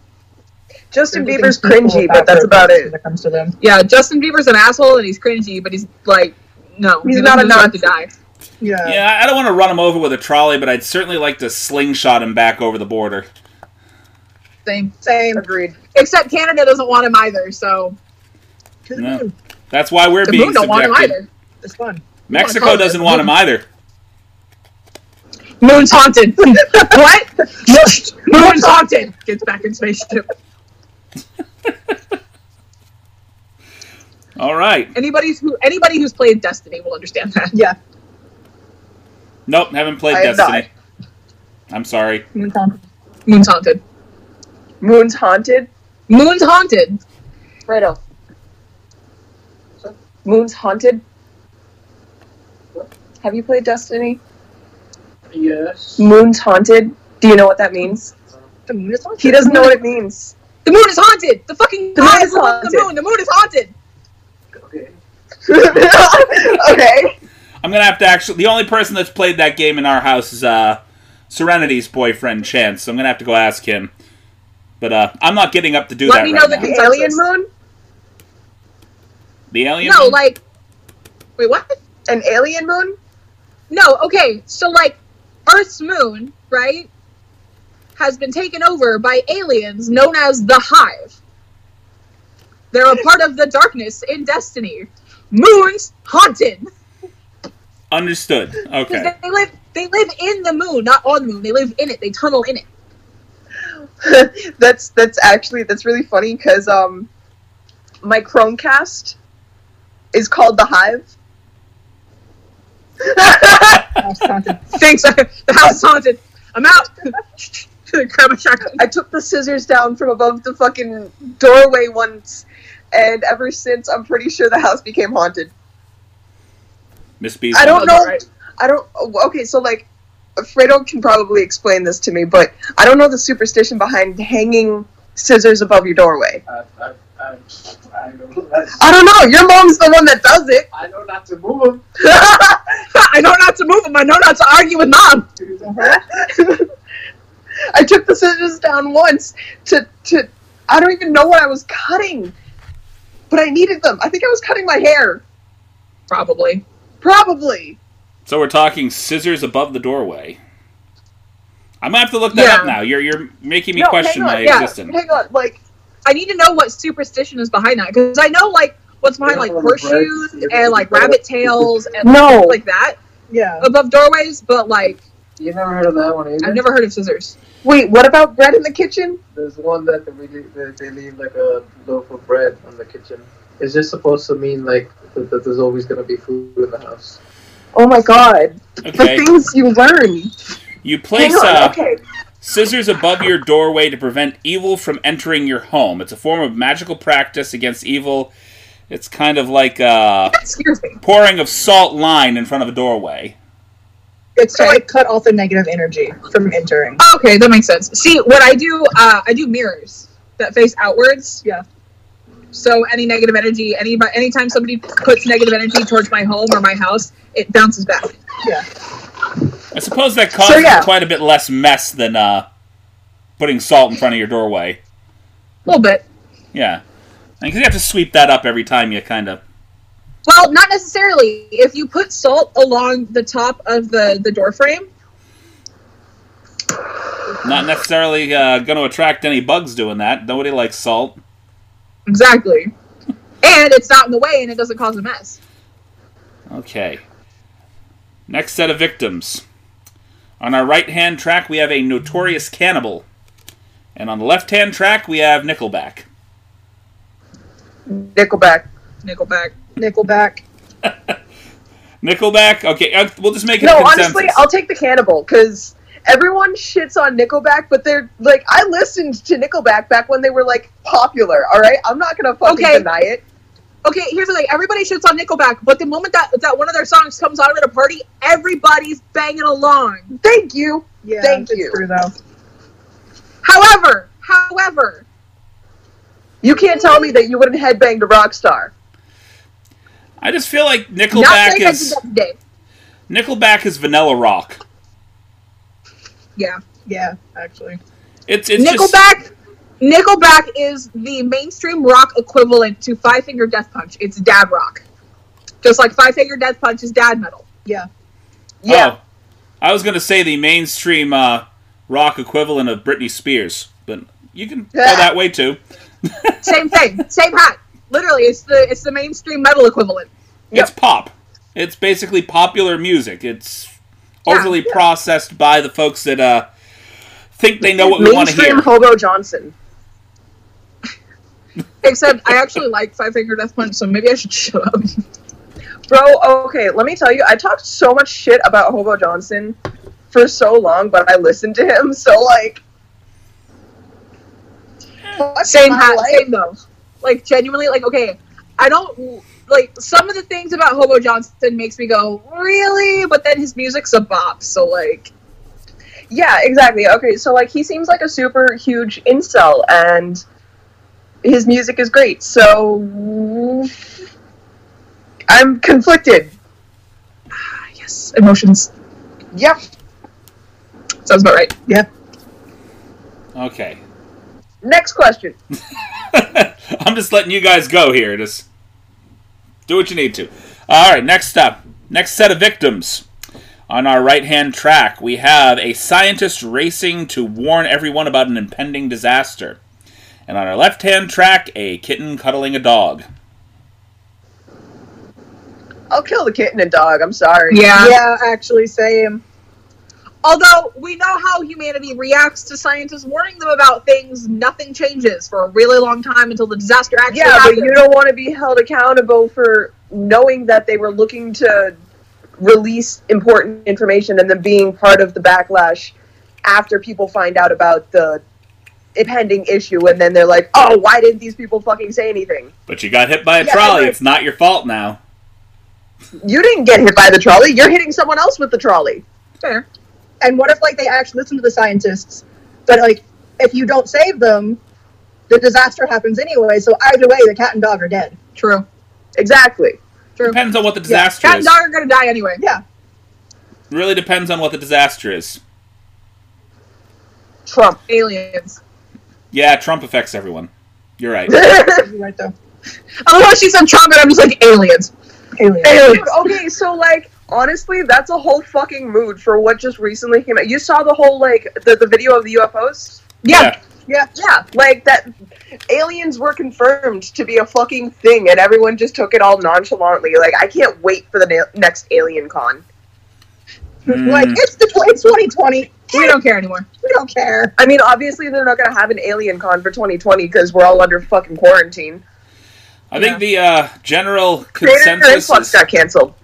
Justin Bieber's
Everything's equal
cringy, but that's
their
about
opinions
it.
When it comes to them.
Yeah, Justin Bieber's an asshole and he's cringy, but he's like, no,
He's
he
not
doesn't
a
deserve to die.
Nazi.
Yeah.
Yeah, I don't want to run him over with a trolley, but I'd certainly like to slingshot him back over the border.
Same.
Same.
Agreed.
Except Canada doesn't want him either, so
To the
No.
moon.
That's why we're
the
being
moon don't want him
subjected.
either.
It's fun.
Mexico doesn't want him either.
Moon's haunted. what? Moon's haunted. Gets back in spaceship.
All right.
Anybody who anybody who's played Destiny will understand that.
Yeah.
Nope, haven't played
I have
Destiny. I'm sorry.
Moon con-
Moon's haunted.
Moon's haunted.
Moon's haunted.
Righto. Moon's haunted. Have you played Destiny?
Yes.
Moon's haunted. Do you know what that means?
The moon is on.
He doesn't know what it means.
The moon is haunted. The fucking
The moon
guy
is
is on the
haunted.
moon. The moon is haunted.
Okay.
okay.
I'm gonna have to actually. The only person that's played that game in our house is uh, Serenity's boyfriend Chance. So I'm gonna have to go ask him. But uh, I'm not getting up to do
Let
that
me
right
know the
now.
The
Consensus.
alien moon?
the alien.
No,
moon?
like, wait, what?
An alien moon?
No, okay. So like Earth's moon, right? Has been taken over by aliens known as the Hive. They're a part of the darkness in Destiny. Moon's haunted. 'Cause
understood. Okay.
They live they live in the moon, not on the moon. They live in it. They tunnel in it.
that's that's actually that's really funny because um, my Chromecast is called the Hive.
House haunted.
Thanks. the house is haunted. I'm out. Grab a shotgun.
I took the scissors down from above the fucking doorway once, and ever since, I'm pretty sure the house became haunted.
Miss Beasley.
I don't
sounds
know.
right.
I don't. oh, Okay, so like, Fredo can probably explain this to me, but I don't know the superstition behind hanging scissors above your doorway.
I, I, I, I, know,
I don't know. Your mom's the one that does it.
I know not to move him.
I know not to move him. I know not to argue with mom.
I took the scissors down once to to. I don't even know what I was cutting, but I needed them. I think I was cutting my hair,
Probably.
probably.
So we're talking scissors above the doorway. I'm gonna have to look that
Yeah.
up now. You're you're making me
No,
question
hang on,
my
yeah,
existence.
Hang on, like
I need to know what superstition is behind that because I know like what's behind like horseshoes and like rabbit tails and
No.
stuff like that
Yeah.
above doorways, but like
You never heard of that one either?
I've never heard of scissors.
wait, what about bread in the kitchen?
There's one that they, really- that they leave like a loaf of bread on the kitchen. It's just supposed to mean like that, that there's always gonna be food in the house.
Oh my god,
Okay.
the things you learn.
You place
hang on,
uh,
okay.
Scissors above your doorway to prevent evil from entering your home. It's a form of magical practice against evil. It's kind of like uh,
That scares me.
pouring of salt line in front of a doorway.
It's to
okay.
like cut off the negative energy from entering.
Okay, that makes sense. See, what I do, uh, I do mirrors that face outwards.
Yeah.
So any negative energy, any anytime somebody puts negative energy towards my home or my house, it bounces back.
I suppose that causes
yeah.
quite a bit less mess than uh, putting salt in front of your doorway.
A little bit.
Yeah, because you have to sweep that up every time you kind of
Well, not necessarily. If you put salt along the top of the the door frame,
Not necessarily uh, going to attract any bugs doing that. Nobody likes salt.
exactly, and it's not in the way and it doesn't cause a mess.
Okay. Next set of victims. On our right hand track, we have a notorious cannibal. And on the left hand track, we have Nickelback.
Nickelback.
Nickelback.
Nickelback.
Nickelback? Okay, uh, we'll just make it a
No,
consensus.
honestly, I'll take the cannibal because everyone shits on Nickelback, but they're like, I listened to Nickelback back when they were like popular. All right, I'm not gonna fucking
Okay.
deny it.
Okay, here's the thing. Everybody shits on Nickelback, but the moment that that one of their songs comes on at a party, everybody's banging along.
Thank you.
Yeah,
Thank
it's
you.
True, though.
However, however,
You can't tell me that you wouldn't headbang to Rockstar.
I just feel like
not
Nickelback
saying I did
is
that today.
Nickelback is vanilla rock.
Yeah,
Yeah, actually.
It's it's just
Nickelback. Nickelback is the mainstream rock equivalent to Five Finger Death Punch. It's dad rock, just like Five Finger Death Punch is dad metal.
Yeah.
Yeah.
Oh, I was gonna say the mainstream uh, rock equivalent of Britney Spears, but you can go that way too.
Same thing, same hat. Literally, it's the it's the mainstream metal equivalent.
It's pop. It's basically popular music. It's
Yeah.
overly processed by the folks that uh, think they know what we want to
Mainstream
hear.
Hobo Johnson.
Except I actually like Five Finger Death Punch, so maybe I should shut up.
Bro, okay, let me tell you, I talked so much shit about Hobo Johnson for so long, but I listened to him, so like
same
my
hat,
life.
same though. Like genuinely, like okay, I don't like some of the things about Hobo Johnston makes me go really, but then his music's a bop. So like,
Yeah, exactly. Okay, so like he seems like a super huge incel and his music is great. So I'm conflicted.
ah, yes, emotions
Yep.
sounds about right.
Okay,
Next question.
I'm just letting you guys go here. Just do what you need to. All right, next up, next set of victims. On our right hand track, we have a scientist racing to warn everyone about an impending disaster. And on our left hand track, a kitten cuddling a dog.
I'll kill the kitten and dog, I'm sorry.
Yeah.
Yeah, actually, same.
Although we know how humanity reacts to scientists warning them about things, nothing changes for a really long time until the disaster actually
Yeah, but
happens.
you don't want to be held accountable for knowing that they were looking to release important information and then being part of the backlash after people find out about the impending issue and then they're like, "Oh, why didn't these people fucking say anything?"
But you got hit by a
Yeah,
trolley.
but-
It's not your fault now.
You didn't get hit by the trolley. You're hitting someone else with the trolley.
Fair.
And what if, like, they actually listen to the scientists, but, like, if you don't save them, the disaster happens anyway, so either way, the cat and dog are dead.
True.
Exactly.
True.
Depends on what the disaster
Cat and
is.
dog are gonna die anyway.
Yeah.
Really depends on what the disaster is.
Trump.
Aliens.
Yeah, Trump affects everyone. You're right.
You're right, though.
I love how she said Trump, and I'm just like aliens.
Alien.
Dude, okay, so like honestly, that's a whole fucking mood for what just recently came out. You saw the whole like the, the video of the UFOs?
Yeah.
Yeah, like that aliens were confirmed to be a fucking thing and everyone just took it all nonchalantly. Like I can't wait for the na- next alien con.
Mm.
Like, it's, the, tw- it's 2020.
Hmm. We don't care anymore.
We don't care.
I mean, obviously they're not going to have an alien con for 2020 cuz we're all under fucking quarantine.
I think the uh, general
Creator
consensus
Influx
is
got canceled.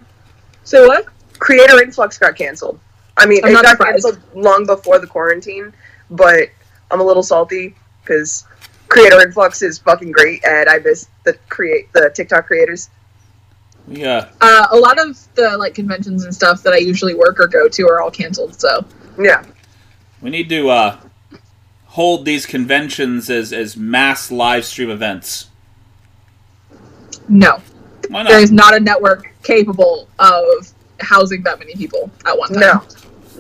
So what?
Creator Influx got canceled. I mean,
I'm
it
not
got
surprised.
canceled long before the quarantine, but I'm a little salty because Creator Influx is fucking great, and I miss the create the TikTok creators.
we, uh,
uh, a lot of the like conventions and stuff that I usually work or go to are all canceled. So
Yeah,
we need to uh, hold these conventions as, as mass live stream events.
no,
Why
there
not?
is not a network capable of housing that many people at one time.
no,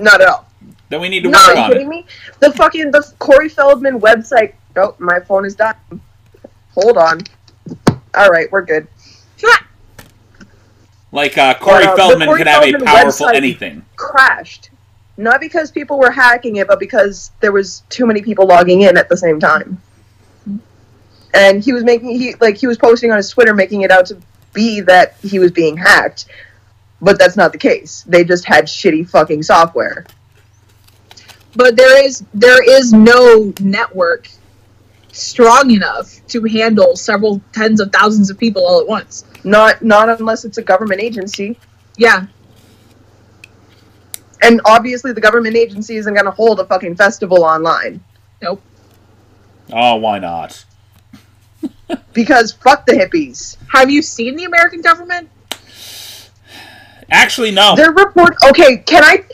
not at all.
Then we need to
No, are
work
you
on it.
kidding me? The fucking the Corey Feldman website. Oh, my phone is dying. Hold on. All right, we're good.
Shut.
Like uh, Corey
Uh, the
Feldman
Corey
could have
Feldman
a powerful
website-
anything.
crashed. Not because people were hacking it, but because there was too many people logging in at the same time. And he was making he like he was posting on his Twitter making it out to be that he was being hacked. But that's not the case. They just had shitty fucking software.
but there is there is no network strong enough to handle several tens of thousands of people all at once.
Not not unless it's a government agency.
Yeah,
And obviously the government agency isn't gonna hold a fucking festival online.
Oh, why not?
Because fuck the hippies.
have you seen the American government?
Actually, no.
Their report. Okay, can I?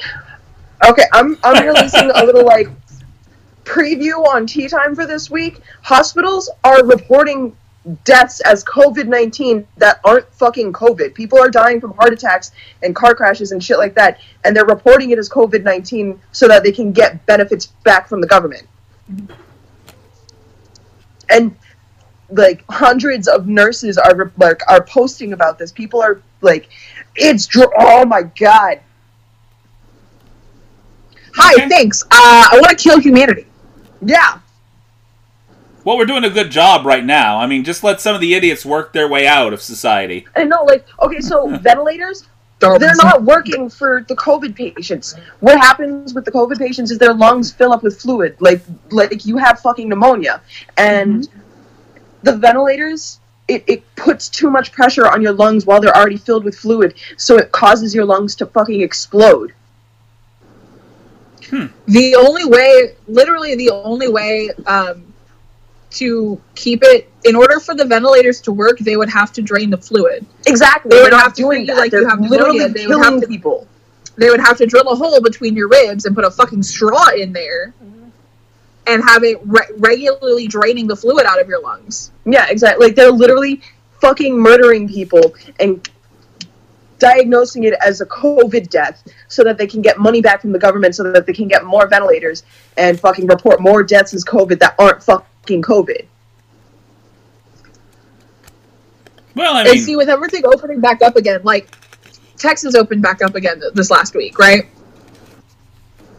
Okay, I'm I'm releasing a little like preview on tea time for this week. Hospitals are reporting deaths as COVID nineteen that aren't fucking COVID. People are dying from heart attacks and car crashes and shit like that, and they're reporting it as COVID nineteen so that they can get benefits back from the government. And like hundreds of nurses are re- like are posting about this. People are like it's dr- oh my god.
Hi,
Okay.
thanks. Uh, I want to kill humanity.
Yeah,
Well, we're doing a good job right now. I mean, just let some of the idiots work their way out of society.
and no, like okay, so ventilators
Darwin's-
they're not working for the COVID patients. What happens with the COVID patients is their lungs fill up with fluid, like like you have fucking pneumonia, and
Mm-hmm.
the ventilators. It, it puts too much pressure on your lungs while they're already filled with fluid, so it causes your lungs to fucking explode.
the only way, literally the only way um, to keep it in order for the ventilators to work, they would have to drain the fluid.
Exactly.
They would
They're
have
not
to
doing
treat you
that.
like you
They're
have pneumonia.
literally
They would
killing
have to-
people.
They would have to drill a hole between your ribs and put a fucking straw in there, and have it re- regularly draining the fluid out of your lungs.
Yeah, exactly. Like they're literally fucking murdering people and diagnosing it as a COVID death so that they can get money back from the government so that they can get more ventilators and fucking report more deaths as COVID that aren't fucking COVID.
Well, I
and see,
mean,
with everything opening back up again, like Texas opened back up again th- this last week, right?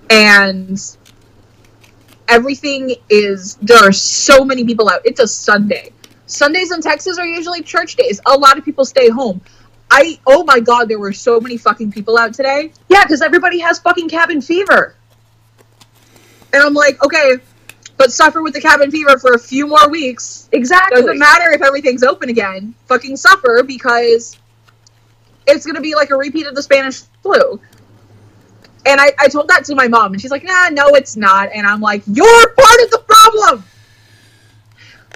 And everything is there are so many people out. It's a Sunday. Sundays in Texas are usually church days. A lot of people stay home. I oh my god, there were so many fucking people out today,
Yeah, because everybody has fucking cabin fever.
and I'm like, okay, but suffer with the cabin fever for a few more weeks.
Exactly.
Doesn't matter if everything's open again. Fucking suffer because it's gonna be like a repeat of the Spanish flu. And I, I told that to my mom, and she's like, "Nah, no, it's not." And I'm like, "You're part of the problem."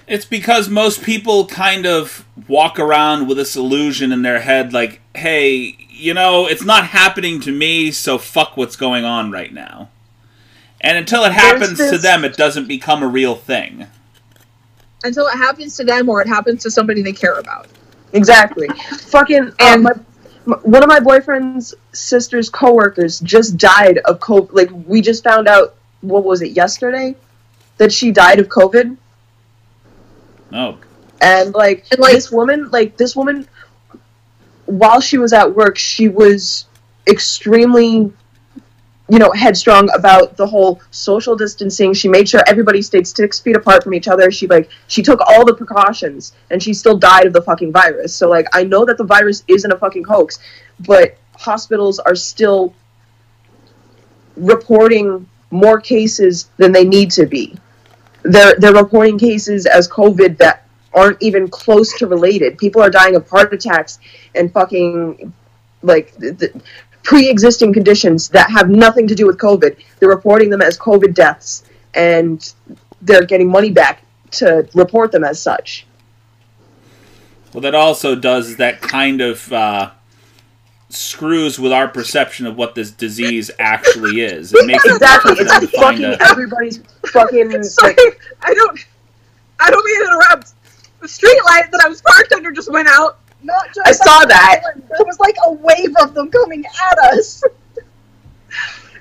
it's because most people kind of walk around with this illusion in their head like, hey, you know, it's not happening to me, so fuck what's going on right now. And until it happens to
this-
them, it doesn't become a real thing.
Until it happens to them, or it happens to somebody they care about.
Exactly. Fucking
And-
and my, my, one of my boyfriend's sister's coworkers just died of COVID. Like we just found out what was it yesterday that she died of COVID.
Oh,
and like,
And, like-
this woman like this woman while she was at work she was extremely you know headstrong about the whole social distancing she made sure everybody stayed six feet apart from each other she like she took all the precautions and she still died of the fucking virus so like i know that the virus isn't a fucking hoax but hospitals are still reporting more cases than they need to be they're they're reporting cases as covid that aren't even close to related. People are dying of heart attacks and fucking like th- th- pre-existing conditions that have nothing to do with COVID. They're reporting them as COVID deaths, and they're getting money back to report them as such.
What that also does is that kind of uh, screws with our perception of what this disease actually is. It makes it
Exactly,
tough for
it's
them to find
fucking
a-
everybody's fucking.
Sorry,
like,
I don't, I don't mean to interrupt. The street light that I was parked under just went out.
Not just
I saw that.
There was like a wave of them coming at us.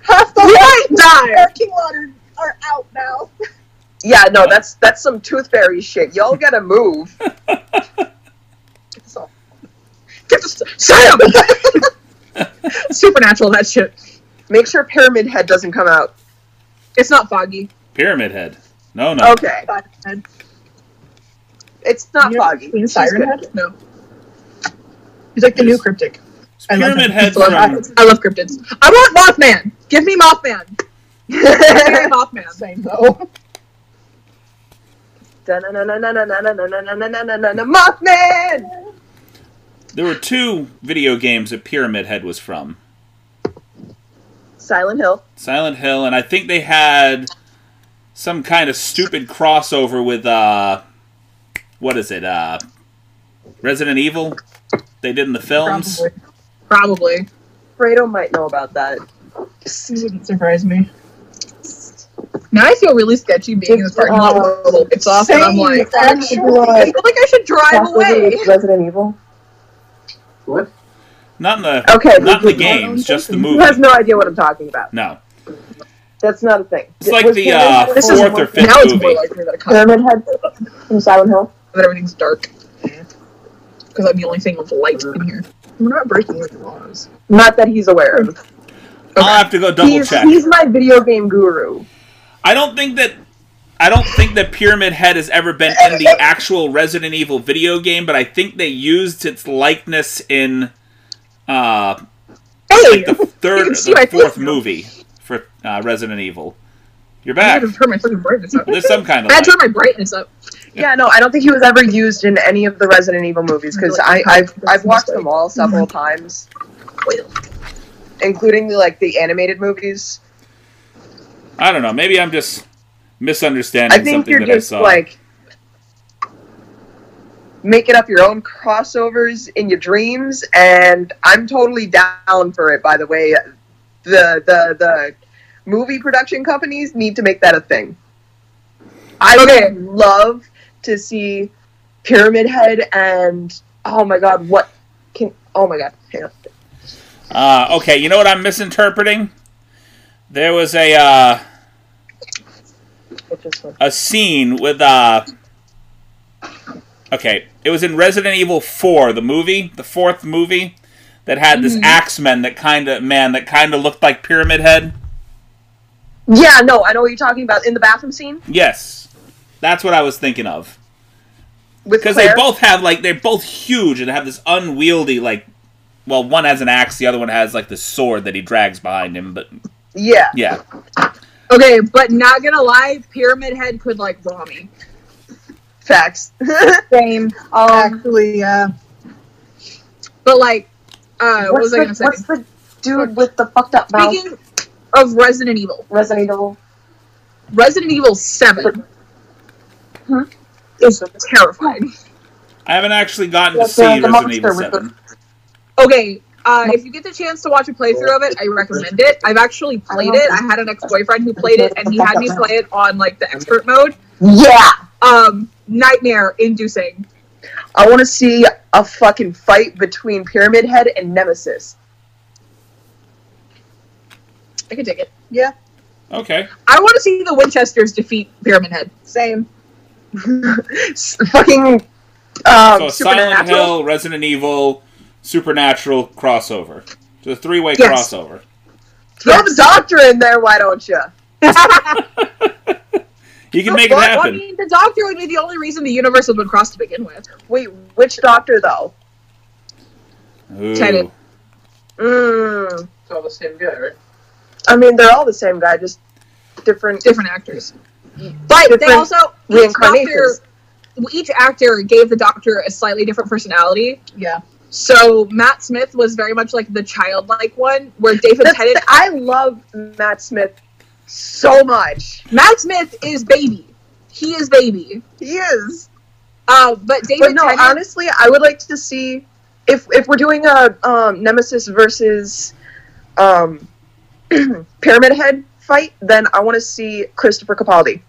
Half the
Right
whole
now.
parking lot are, are out now.
Yeah, no, that's that's some tooth fairy shit. Y'all gotta move.
So,
Get this, shut up! Supernatural, that shit.
Make sure Pyramid Head doesn't come out.
It's not foggy.
Pyramid Head. No, no.
Okay,
But, and
it's not
You know,
foggy.
Queen
She's
Siren
good.
Head?
No,
He's like the new cryptic.
It's
I love
Pyramid
that.
Head
I love
from
I love cryptids. I want Mothman. Give me Mothman. Give me Mothman.
Same though.
Mothman.
there were two video games that Pyramid Head was from.
Silent Hill.
Silent Hill, and I think they had some kind of stupid crossover with uh, what is it? Uh, Resident Evil. They did in the films.
Probably.
Probably.
Fredo might know about that.
This wouldn't surprise me.
Now I feel really sketchy being in this parking
uh,
lot with
Oh,
a little lights off, and I'm like,
same,
I
actually.
feel like I should drive away.
Resident Evil.
What?
Not in the
Okay,
not in the
you-
games, just the
Who
movie.
has no idea what I'm talking about?
No,
That's not a thing.
it's like
Was
the
Pyramid
uh,
Head-
This is
fourth or
more-
fifth
now it's more
movie.
likely that, it comes,
Pyramid Head from Silent Hill.
that everything's dark. Because I'm the only thing with light in here.
We're not breaking the laws.
Not that he's aware of.
I'll have to go double
he's,
check.
he's my video game guru.
I don't think that I don't think that Pyramid Head has ever been in the actual Resident Evil video game, but I think they used its likeness in uh,
Hey!
like the third,
can
or
see
the
my
fourth
face now.
movie for uh, Resident Evil. You're
I had
back.
to turn my freaking brightness up.
There's some kind
I
of
had to
light.
turn my brightness up.
Yeah, no, I don't think he was ever used in any of the Resident Evil movies because I I've I've watched them all several times, including like the animated movies.
I don't know. Maybe I'm just misunderstanding
I think
something
you're
that
just
I saw.
like making up your own crossovers in your dreams, and I'm totally down for it. By the way, the the the movie production companies need to make that a thing. I would love to see Pyramid Head and oh my god, what can oh my god, hang on.
Uh, okay, you know what I'm misinterpreting? There was a uh,
What just went-
a scene with uh okay it was in resident evil 4 the movie the fourth movie that had this axeman that kind of man that kind of looked like pyramid head
Yeah, no, I know what you're talking about in the bathroom scene
yes that's what i was thinking of
with
because they
Claire.
both have like they're both huge and have this unwieldy like well one has an axe the other one has like the sword that he drags behind him but
yeah.
yeah
Okay, but not gonna lie, Pyramid Head could, like, raw me.
Facts.
Same.
um,
Actually, yeah.
But, like, uh, what
what's,
was I gonna
the,
say?
what's the dude with the fucked up mouth?
Speaking of Resident Evil,
Resident Evil.
Resident Evil 7
Hmm?
is terrifying.
i haven't actually gotten to
Yeah,
see
uh,
the- the
resident evil
monster with the-
7
Okay, uh, if you get the chance to watch a playthrough of it, I recommend it. I've actually played it. I had an ex-boyfriend who played it, and he had me play it on, like, the expert mode.
Yeah,
Um, nightmare-inducing.
I want to see a fucking fight between Pyramid Head and Nemesis.
I could take it.
okay
I want to see the Winchesters defeat Pyramid Head.
Same.
S- fucking um,
Oh,
so Silent
supernatural.
Hill, Resident Evil, Supernatural crossover. So a three-way
Yes.
crossover.
Throw the doctor in there, why don't you?
You can make it
Well, I
happen.
mean, the Doctor would be the only reason the universe would been crossed to begin with.
Wait, which doctor though?
Ooh.
Tenet.
Mm,
It's all the same guy, right?
I mean, they're all the same guy, just different.
Different actors,
but
they also each doctor,
reincarnations.
each actor gave the Doctor a slightly different personality.
Yeah.
So Matt Smith was very much like the childlike one, where David
That's
Tennant.
the- I love Matt Smith so much.
Matt Smith is baby. He is baby.
He is.
Uh, but David
But no,
Tennant.
honestly, I would like to see if if we're doing a um, Nemesis versus um, Pyramid Head fight, then I want to see Christopher Capaldi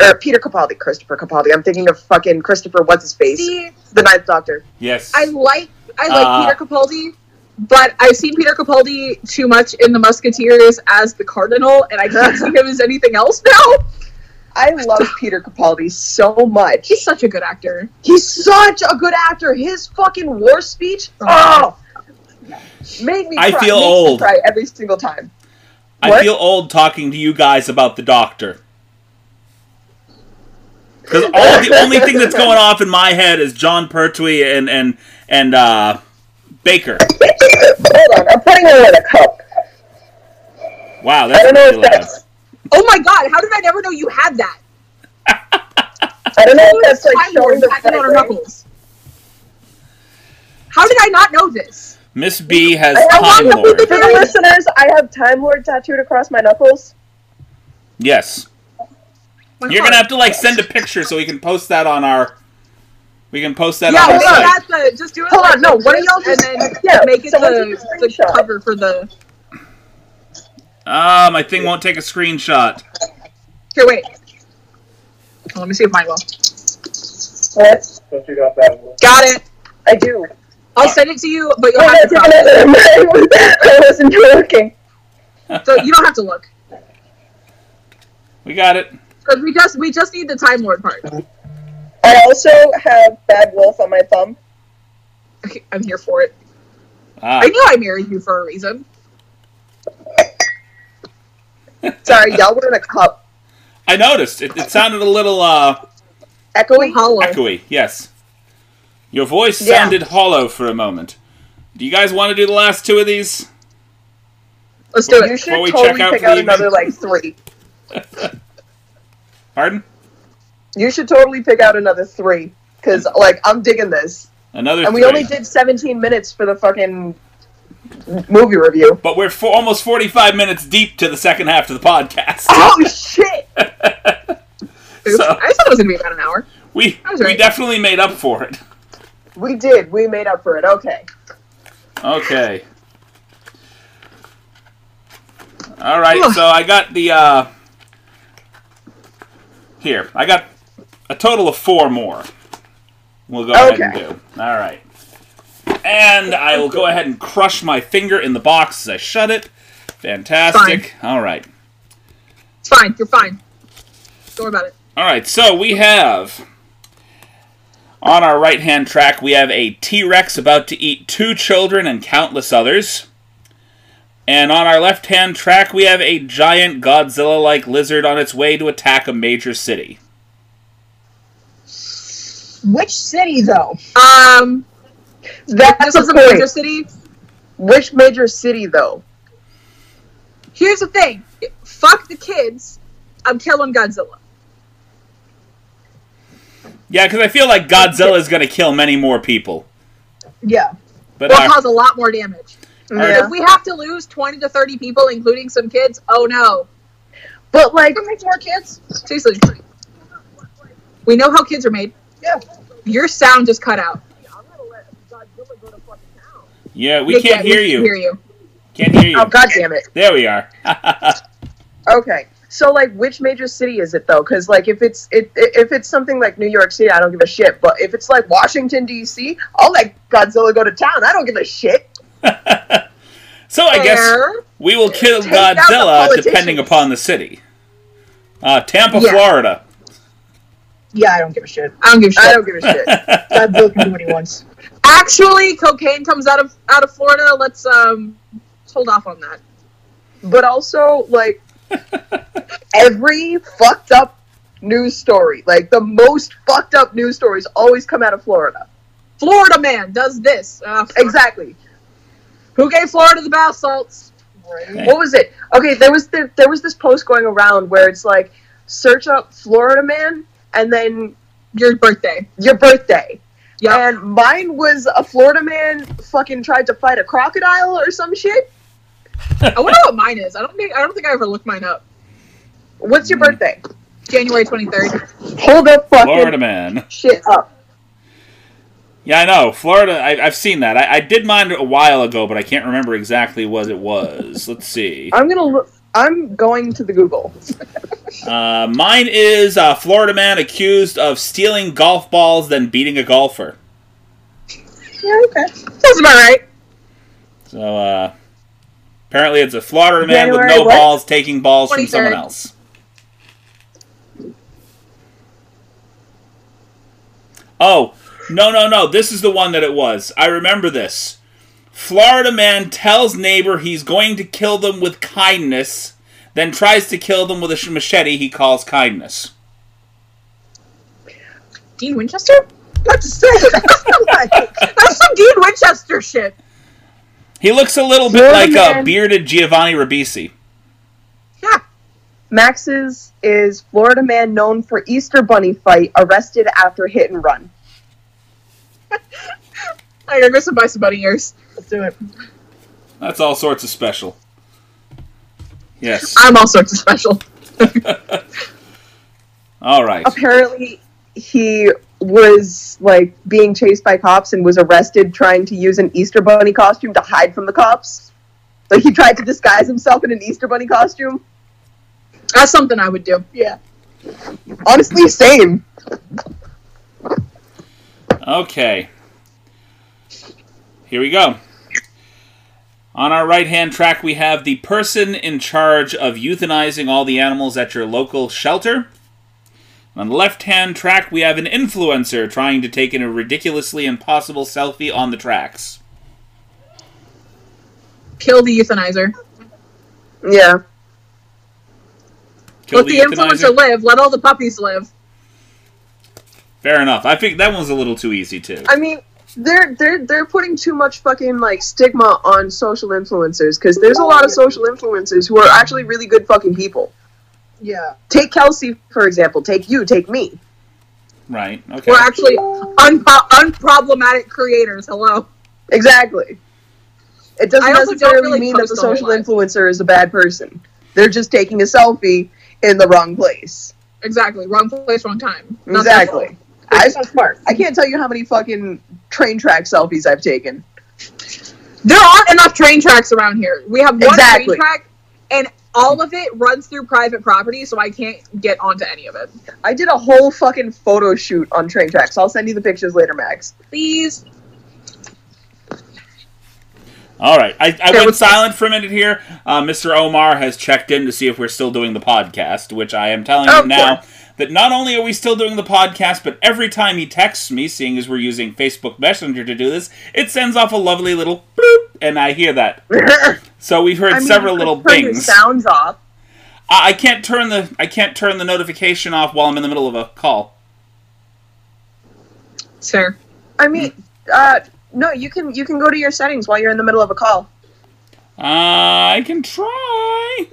or Peter Capaldi. Christopher Capaldi. I'm thinking of fucking Christopher. What's his face?
see,
The Ninth Doctor.
Yes.
I like I like
Uh,
Peter Capaldi, but I've seen Peter Capaldi too much in The Musketeers as the Cardinal, and I can't see him as anything else now.
I love Peter Capaldi so much.
He's such a good actor.
He's such a good actor. His fucking war speech, oh,
Oh.
made me.
I
cry.
feel
Makes me
old.
cry every single time.
I
What?
feel old talking to you guys about the doctor. Because all the only thing that's going off in my head is John Pertwee and and and uh, Baker.
Hold on, I'm putting it in a cup.
Wow,
I
that's
don't know if
really loud.
that's.
Oh my god, how did I never know you had that?
I don't know if that's like
Time
showing
Lord
the
hacking on her
right way.
knuckles. How did I not know this?
Miss B has
I- I
Time
want
Lord.
For the listeners, I have Time Lord tattooed across my knuckles.
Yes,
My
you're
heart.
gonna have to like send a picture so we can post that on our. We can post that
yeah,
on our
well,
site.
that's the, just do it.
Hold
like
on, no,
this,
what are y'all
And
just-
then
yeah,
make it the,
someone take a
the
screenshot.
cover for the.
Ah, my thing won't take a screenshot.
Here, wait. Oh, let me see if mine will.
What?
Don't you got that one?
Got it.
I do.
I'll send it to you, but you'll
Oh,
have
that's
to process it.
I wasn't joking.
So you don't have to look
We got it.
because we just we just need the Time Lord part.
I also have Bad Wolf on my thumb.
Okay, I'm here for it.
Ah,
I knew I married you for a reason.
Sorry, y'all were in a cup.
I noticed. It, it sounded a little uh,
Echoing.
Hollow.
echoey. Yes, your voice
Yeah.
sounded hollow for a moment. Do you guys want to do the last two of these?
Let's do
You
it.
should
Before we
totally
check out
pick
for
out
the
another
evening.
like three.
Pardon?
You should totally pick out another three because like I'm digging this,
Another.
and we
three.
only did 17 minutes for the fucking movie review.
But we're for almost 45 minutes deep to the second half of the podcast.
Oh shit!
Oops.
So-
I thought it was gonna be about an hour.
we
I was
we
right.
definitely made up for it.
We did. We made up for it. Okay.
Okay. All right.
Ugh.
So I got the uh here. I got a total of four more. We'll go ahead
Okay.
and do. All right. And I will go ahead and crush my finger in the box as I shut it. Fantastic. All right.
It's fine. You're fine. Don't worry about it.
All right, so we have on our right hand track we have a T Rex about to eat two children and countless others. And on our left hand track we have a giant Godzilla like lizard on its way to attack a major city.
Which city though?
Um,
That's
this
the
was a
point.
major city.
Which major city though?
Here's the thing. Fuck the kids. I'm killing Godzilla.
Yeah, because I feel like Godzilla is going to kill many more people.
Yeah.
But
Will
our,
cause a lot more damage.
Yeah.
If we have to lose 20 to 30 people, including some kids, oh no.
But like,
Can make more kids?
Seriously. We know how kids are made.
Yeah.
Your sound just cut out.
yeah, we
Yeah,
can't
yeah,
hear
can
you.
Hear you.
Can't hear you.
oh god damn it.
There we are.
Okay. So like, which major city is it though? Because like, if it's it, if it's something like New York City, I don't give a shit. But if it's like Washington D.C., I'll let Godzilla go to town. I don't give a shit.
So I guess
Fair.
we will kill
Take out the
Godzilla depending
politicians.
upon the city. Uh, Tampa,
Yeah.
Florida.
Yeah, I don't give a shit.
I don't give a shit.
I don't give a shit.
God Bill can do what he wants.
Actually, cocaine comes out of out of Florida. Let's um hold off on that.
but also like every fucked up news story, like the most fucked up news stories always come out of Florida.
Florida man does this. Uh, fuck.
Exactly.
Who gave Florida the bath salts?
What was it? Okay, there was the, there was this post going around where it's like search up Florida man and then
Your birthday.
your birthday.
Yep.
And mine was a Florida man fucking tried to fight a crocodile or some shit.
I wonder what mine is. I don't think I don't think I ever looked mine up. Hmm.
What's your
Mm.
birthday?
January 23rd.
Hold the fucking
Florida man.
shit up.
Yeah, I know. Florida, I, I've seen that. I, I did mine a while ago, but I can't remember exactly what it was. Let's see.
I'm gonna look. I'm going to the Google.
Uh, mine is uh, Florida man accused of stealing golf balls, then beating a golfer.
Yeah, okay.
That's about right.
So uh, apparently, it's a Florida man with
January
no
what?
balls taking balls from
23rd.
someone else. Oh, no, no, no. This is the one that it was. I remember this. Florida man tells neighbor he's going to kill them with kindness, then tries to kill them with a sh- machete he calls kindness.
Dean Winchester?
What to say? That's like,
That's some Dean Winchester shit.
He looks a little bit
Florida
like a
man.
bearded Giovanni Ribisi.
Yeah.
Max's is Florida man known for Easter bunny fight arrested after hit and run.
I gotta go some buy some bunny ears.
let's do it.
That's all sorts of special. Yes.
I'm all sorts of special.
All right.
Apparently, he was like being chased by cops and was arrested trying to use an Easter bunny costume to hide from the cops. Like he tried to disguise himself in an Easter bunny costume.
That's something I would do.
Yeah.
Honestly, same.
Okay. Here we go. On our right hand track, we have the person in charge of euthanizing all the animals at your local shelter. On the left hand track, we have an influencer trying to take in a ridiculously impossible selfie on the tracks.
Kill the euthanizer.
Yeah.
Kill
let the, influencer live. Let all the puppies live.
Fair enough. I think that one's a little too easy, too.
I mean, they're they're they're putting too much fucking like stigma on social influencers because there's a lot of social influencers who are actually really good fucking people.
Yeah.
Take Kelsey for example. Take you. Take me.
Right. Okay.
We're actually unpo- unproblematic creators. Hello.
Exactly. It doesn't
I also don't
necessarily
really
mean that the
post a whole
social
lot.
influencer is a bad person. They're just taking a selfie in the wrong place.
Exactly. Wrong place, wrong time. Not their fault.
exactly. I,
I sound smart.
I can't tell you how many fucking train track selfies I've taken.
There aren't enough train tracks around here. We have one
Exactly.
train track, and all of it runs through private property, so I can't get onto any of it.
I did a whole fucking photo shoot on train tracks. I'll send you the pictures later, Max.
Please.
All right. I, I
There
went
was-
silent for a minute here. Uh, Mr. Omar has checked in to see if we're still doing the podcast, which I am telling
Oh,
him now that not only are we still doing the podcast, but every time he texts me, seeing as we're using Facebook Messenger to do this, it sends off a lovely little bloop, and I hear that. So we've heard
I mean,
several
you
little
could turn your
bings. I,
sounds off.
I can't turn the I can't turn the notification off while I'm in the middle of a call.
Sir.
I mean, uh, no, you can you can go to your settings while you're in the middle of a call.
Uh, I can try.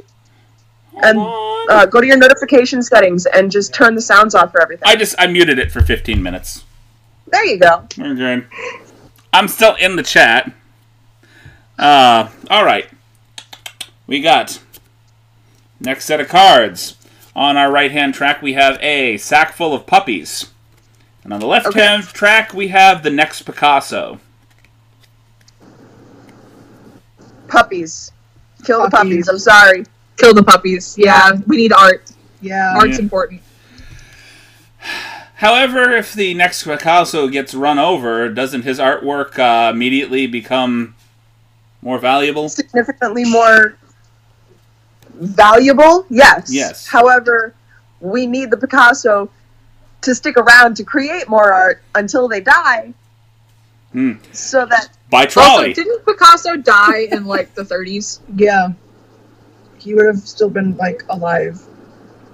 Hold
And,
on.
Uh, go to your notification settings and just turn the sounds off for everything.
I just I muted it for 15 minutes.
there you go.
Okay. I'm still in the chat. Uh, all right. We got next set of cards. On our right hand track, we have a sack full of puppies. And on the left hand track, we have the next Picasso.
Puppies, kill the
Puppies.
puppies. I'm sorry.
Kill the puppies. Yeah, we need art.
Yeah.
Art's
Yeah.
important.
However, if the next Picasso gets run over, doesn't his artwork uh, immediately become more valuable?
Significantly more valuable. Yes.
Yes.
However, we need the Picasso to stick around to create more art until they die,
Hmm.
so that
By
Also,
trolley.
didn't Picasso die in like the 30s?
Yeah. He would have still been like alive.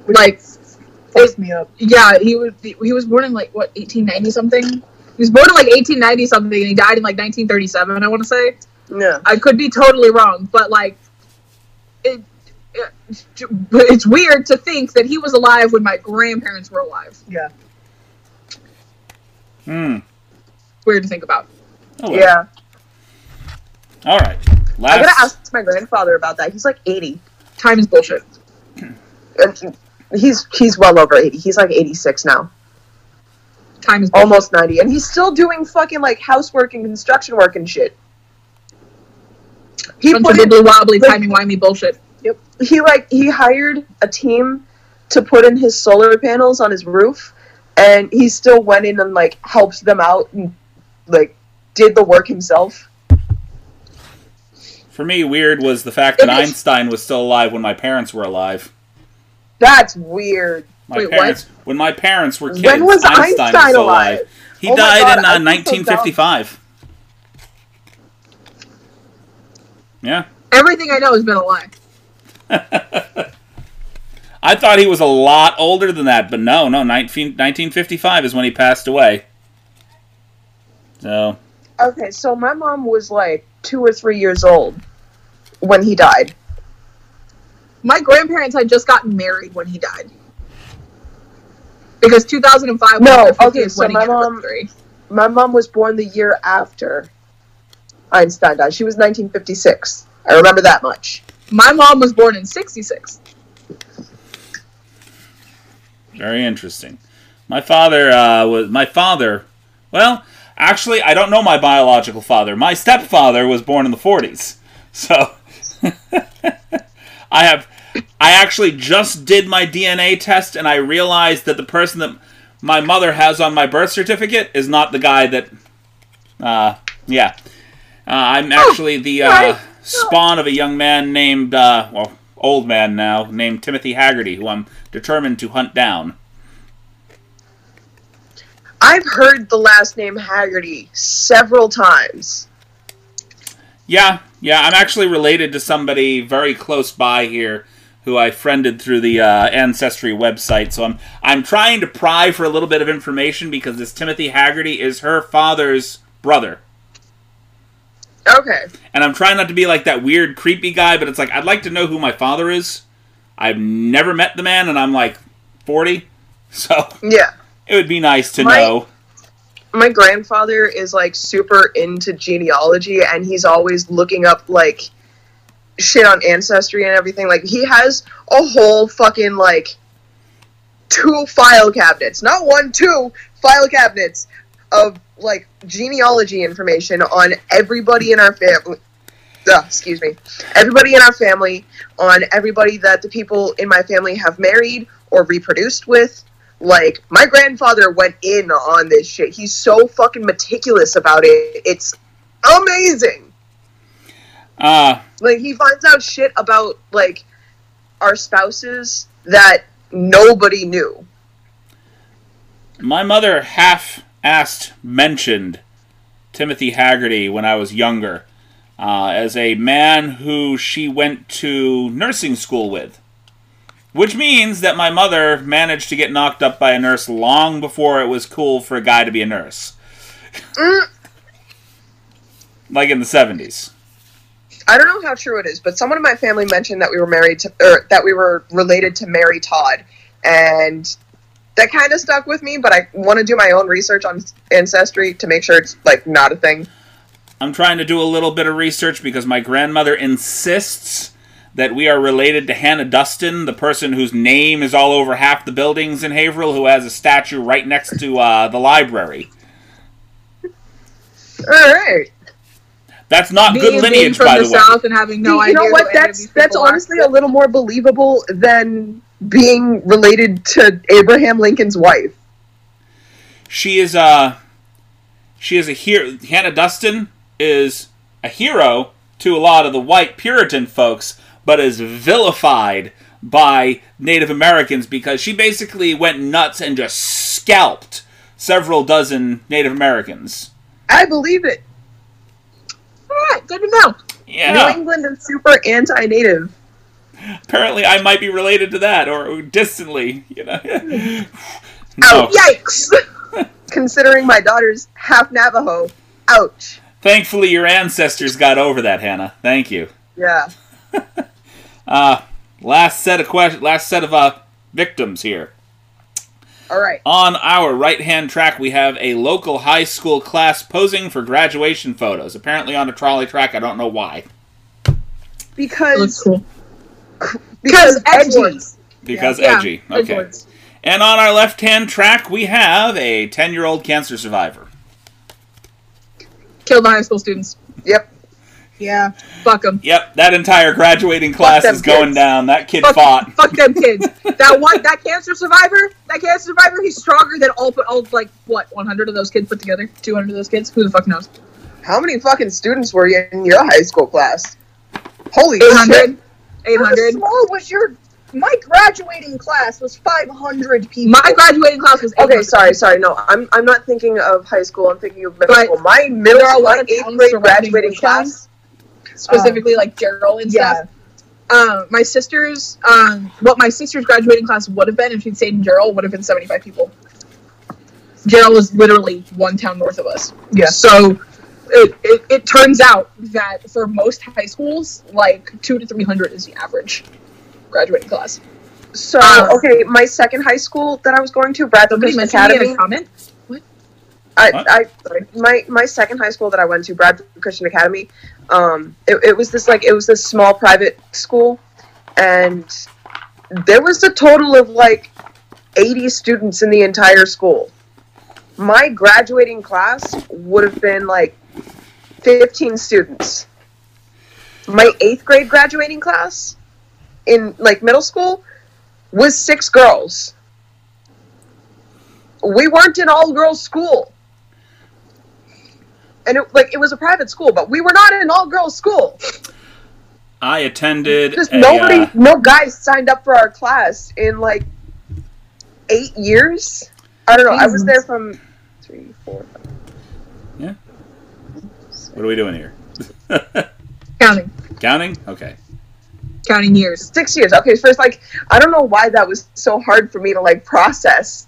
Which
Like,
fucks me up.
yeah, he was he was born in like what 1890 something. He was born in like 1890 something, and he died in like 1937. I want to say.
no.
I could be totally wrong, but like, it, it, but it's weird to think that he was alive when my grandparents were alive.
Yeah.
Hmm.
Weird to think about.
Oh, well.
Yeah.
All right. Last.
I gotta ask my grandfather about that. He's like 80.
Time is bullshit.
And he's he's well over 80. He's like 86 now,
Time is bullshit.
almost 90, and he's still doing fucking like housework and construction work and shit. He
bunch
put
of
in,
wibbly wobbly
like-
timey wimey bullshit.
he like he hired a team to put in his solar panels on his roof, and he still went in and like helped them out and like did the work himself.
For me, weird was the fact that
It is-
Einstein was still alive when my parents were alive.
That's weird.
My
Wait, what?
parents, when my parents were kids,
When was
Einstein, was
Einstein
still alive.
alive?
He He
Oh my
died
God,
in
I
uh,
feel so
1955. Yeah.
Everything I know has been a lie.
I thought he was a lot older than that, but no, no, 19, 1955 is when he passed away. So,
Okay, so my mom was like two or three years old when he died.
My grandparents had just gotten married when he died. Because 2005
No,
was their
okay,
50th
so
wedding
my mom-
anniversary.
My mom was born the year after Einstein died. She was 1956. I remember that much.
My mom was born in 66.
very interesting. My father uh, was my father. Well, actually, I don't know my biological father. My stepfather was born in the 40s. So, I have I actually just did my DNA test and I realized that the person that my mother has on my birth certificate is not the guy that uh yeah. Uh, I'm actually the uh,
right.
spawn of a young man named uh, well, old man now named Timothy Haggerty who I'm determined to hunt down.
I've heard the last name Haggerty several times.
Yeah, yeah, I'm actually related to somebody very close by here who I friended through the uh, ancestry website. So I'm I'm trying to pry for a little bit of information because this Timothy Haggerty is her father's brother.
Okay.
And I'm trying not to be like that weird creepy guy, but it's like I'd like to know who my father is. I've never met the man and I'm like 40. So
Yeah.
it would be nice to
Right.
know.
my grandfather is like super into genealogy and he's always looking up like shit on ancestry and everything like he has a whole fucking like two file cabinets not one two file cabinets of like genealogy information on everybody in our family Ugh, excuse me everybody in our family on everybody that the people in my family have married or reproduced with like my grandfather went in on this shit. He's so fucking meticulous about it. It's amazing.
Uh
Like he finds out shit about like our spouses that nobody knew.
My mother half asked mentioned Timothy Haggerty when I was younger uh, as a man who she went to nursing school with. Which means that my mother managed to get knocked up by a nurse long before it was cool for a guy to be a nurse. like in the 70s.
I don't know how true it is, but someone in my family mentioned that we were married to or that we were related to Mary Todd and that kind of stuck with me, but I want to do my own research on ancestry to make sure it's like not a thing.
I'm trying to do a little bit of research because my grandmother insists that we are related to Hannah Dustin, the person whose name is all over half the buildings in Haverhill, who has a statue right next to uh, the library.
All right.
That's not
Being-
good
being
lineage,
from
by
the,
the way.
South and having no
you
idea.
know
who
what?
any of
That's
these
that's
people are.
honestly a little more believable than being related to Abraham Lincoln's wife.
She is a she is a hero. Hannah Dustin is a hero to a lot of the white Puritan folks, but is vilified by Native Americans because she basically went nuts and just scalped several dozen Native Americans.
I believe it.
All right, good to know.
New
Yeah,
England is super anti-native.
apparently I might be related to that, or distantly, you know.
Oh,
no.
Ouch!
Yikes!
Considering my daughter's half Navajo. Ouch.
Thankfully, your ancestors got over that, Hannah. Thank you.
Yeah.
Uh, last set of question, last set of uh, victims here.
All right.
On our right hand track, we have a local high school class posing for graduation photos. Apparently on a trolley track, I don't know why.
Because
cool.
because edgy.
edwards
Because
Yeah,
edgy. Okay.
edwards.
And on our left hand track, we have a 10 year old cancer survivor.
Killed the high school students.
Yep.
Yeah.
Fuck them.
Yep, that entire graduating class
them
is going
kids.
down. That kid
Fuck,
fought.
fuck them kids. That one, that cancer survivor, that cancer survivor, he's stronger than all, all like what, 100 of those kids put together, 200 of those kids. Who the fuck knows?
How many fucking students were in your high school class? Holy shit.
800,
How
800.
How small was your my graduating class was 500 people.
My graduating class was
Okay,
800.
sorry, sorry. No, I'm I'm not thinking of high school. I'm thinking of middle
But
school. My middle
there are a
school,
lot
my
of
eighth
towns
grade
surrounding
graduating
Bushland.
class.
specifically like Gerald and
yeah.
stuff. Um, my sister's, um, what my sister's graduating class would have been if she'd stayed in Gerald would have been seventy five people. Gerald was literally one town north of us.
Yeah.
So it, it, it turns out that for most high schools, like two to three hundred is the average graduating class.
So
Uh,
okay, my second high school that I was going to, Bradley
Somebody
Christian
mentioned me in
Academy.
a comment.
I,
What?
I sorry, my my second high school that I went to, Bradford Christian Academy. Um, it, it was this like it was this small private school, and there was a total of like eighty students in the entire school. My graduating class would have been like fifteen students. My eighth grade graduating class in like middle school was six girls. We weren't an all girls school and it like it was a private school, but we were not in an all girls school.
I attended.
Just
a,
nobody,
uh,
no guys signed up for our class in like eight years. I don't know. I was there from three, four, five.
what are we doing here?
Counting,
Counting? Okay.
counting years.
six years. Okay, first like I don't know why that was so hard for me to like process.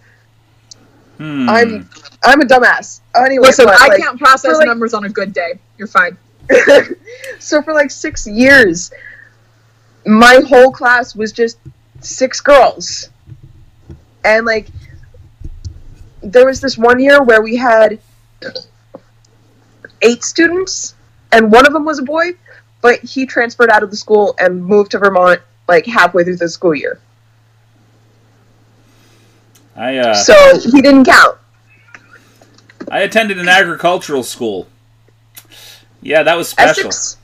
Hmm.
I'm I'm a dumbass. Anyway,
Listen,
but,
I
like-
can't process
so, like-
numbers on a good day. You're fine.
so for like six years, my whole class was just six girls, and like there was this one year where we had eight students, and one of them was a boy, but he transferred out of the school and moved to Vermont like halfway through the school year,
I uh,
so he didn't count.
I attended an agricultural school. Yeah, that was special. Essex,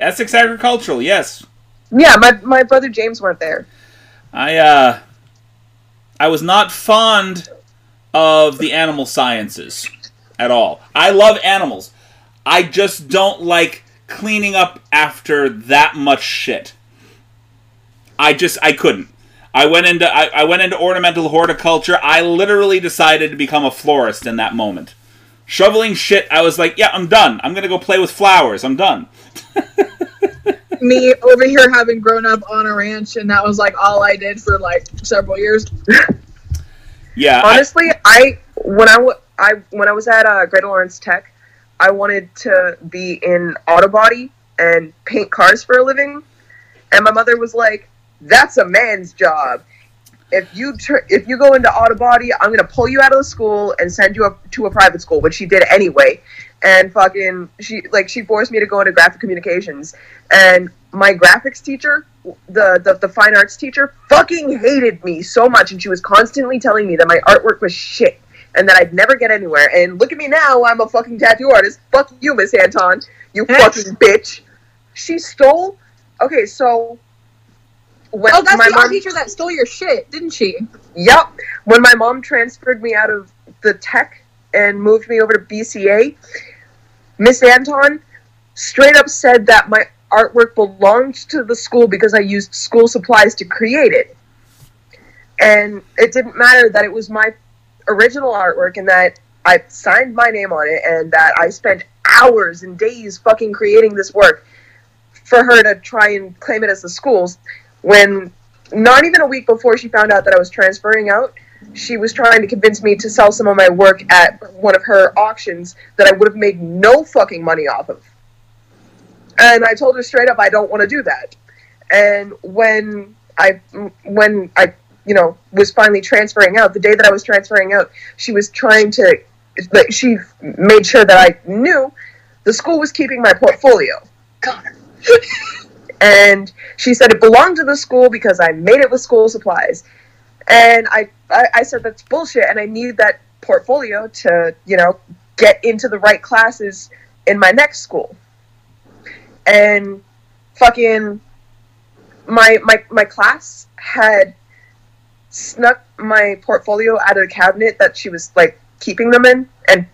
Essex,
agricultural. Yes,
yeah, my my brother James went there.
I uh, I was not fond of the animal sciences at all. I love animals. I just don't like cleaning up after that much shit. I just I couldn't. I went into I, I went into ornamental horticulture. I literally decided to become a florist in that moment. Shoveling shit, I was like, yeah, I'm done. I'm gonna go play with flowers. I'm done.
me over here having grown up on a ranch and that was like all I did for like several years.
Yeah. I-
honestly I when I, w- I when I was at uh, Greater Lawrence Tech, I wanted to be in auto body and paint cars for a living, and my mother was like, "That's a man's job. If you tur if you go into auto body, I'm gonna pull you out of the school and send you up to a private school," which she did anyway. And fucking, she like she forced me to go into graphic communications, and my graphics teacher the, the the fine arts teacher fucking hated me so much and she was constantly telling me that my artwork was shit and that I'd never get anywhere and look at me now I'm a fucking tattoo artist fuck you Miss Anton you fucking bitch she stole okay so when
Oh, that's
my
the art
mom
teacher that stole your shit, didn't she?
Yep. When my mom transferred me out of the tech and moved me over to BCA, Miss Anton straight up said that my artwork belonged to the school because I used school supplies to create it. And it didn't matter that it was my original artwork and that I signed my name on it and that I spent hours and days fucking creating this work for her to try and claim it as the school's when not even a week before she found out that I was transferring out, she was trying to convince me to sell some of my work at one of her auctions that I would have made no fucking money off of. And I told her straight up, I don't want to do that. And when I, when I, you know, was finally transferring out, the day that I was transferring out, she was trying to, like, she made sure that I knew the school was keeping my portfolio.
Connor.
and she said it belonged to the school because I made it with school supplies. And I, I, I said that's bullshit, and I need that portfolio to, you know, get into the right classes in my next school. And fucking my my my class had snuck my portfolio out of the cabinet that she was like keeping them in and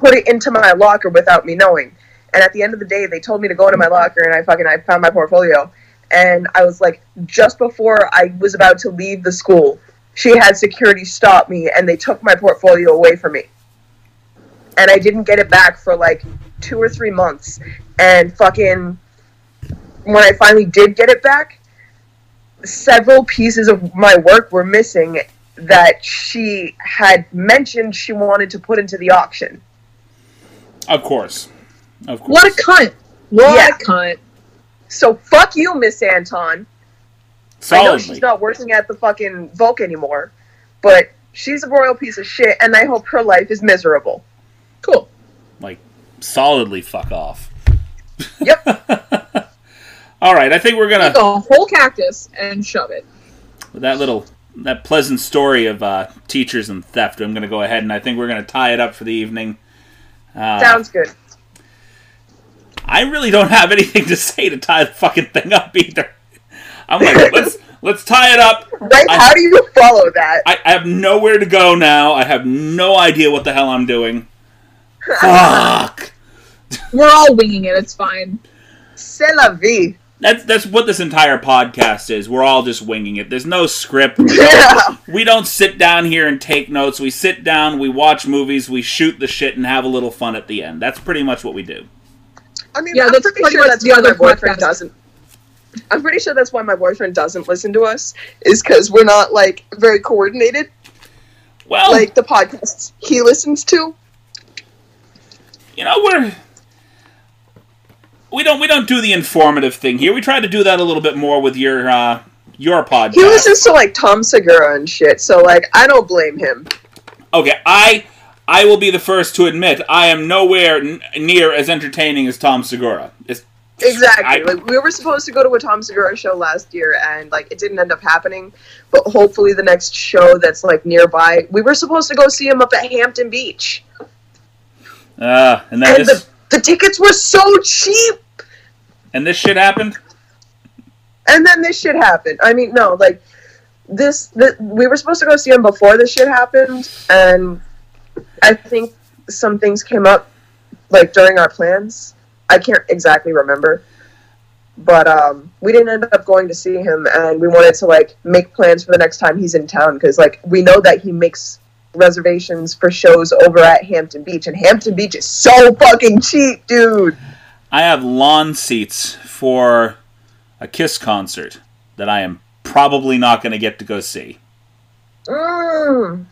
put it into my locker without me knowing. And at the end of the day, they told me to go into my locker, and I fucking I found my portfolio,
and I was like, just before I was about to leave the school, she had security stop me and they took my portfolio away from me. And I didn't get it back for like two or three months. And fucking, when I finally did get it back, several pieces of my work were missing that she had mentioned she wanted to put into the auction.
Of course. Of course.
What a cunt! What
Yeah.
a cunt!
So fuck you, Miss Anton. I know
Solidly.
she's not working at the fucking Volk anymore, but she's a royal piece of shit, and I hope her life is miserable.
Cool.
like solidly fuck off.
Yep.
All right, I think we're
Take
gonna
a whole cactus and shove it.
with that little that pleasant story of uh, teachers and theft. I'm gonna go ahead and I think we're gonna tie it up for the evening. Uh,
Sounds good.
I really don't have anything to say to tie the fucking thing up either. I'm like, let's let's tie it up.
Right?
I-
How do you follow that?
I, I have nowhere to go now. I have no idea what the hell I'm doing. Fuck.
We're all winging it. It's fine.
C'est la vie.
That's that's what this entire podcast is. We're all just winging it. There's no script.
Yeah.
we don't sit down here and take notes. We sit down, we watch movies, we shoot the shit, and have a little fun at the end. That's pretty much what we do.
I mean,
Yeah,
I'm
that's
pretty
pretty
sure
much
that's
the
why my
other
boyfriend
podcast.
doesn't. I'm pretty sure that's why my boyfriend doesn't listen to us is because we're not like very coordinated.
Well,
Like the podcasts he listens to.
you know we're we don't we don't do the informative thing here. We try to do that a little bit more with your uh, your podcast.
He listens to like Tom Segura and shit, so like I don't blame him.
Okay, I I will be the first to admit I am nowhere n- near as entertaining as Tom Segura. It's,
Exactly.
I-
like we were supposed to go to a Tom Segura show last year, and like it didn't end up happening. But hopefully, the next show that's like nearby, we were supposed to go see him up at Hampton Beach,
uh, and that
and
this
the, the tickets were so cheap.
and this shit happened.
And then this shit happened. I mean, no, like this. The, we were supposed to go see him before this shit happened, and I think some things came up like during our plans. I can't exactly remember, but um, we didn't end up going to see him, and we wanted to like make plans for the next time he's in town because like we know that he makes reservations for shows over at Hampton Beach, and Hampton Beach is so fucking cheap, dude.
I have lawn seats for a Kiss concert that I am probably not going to get to go see.
Mm.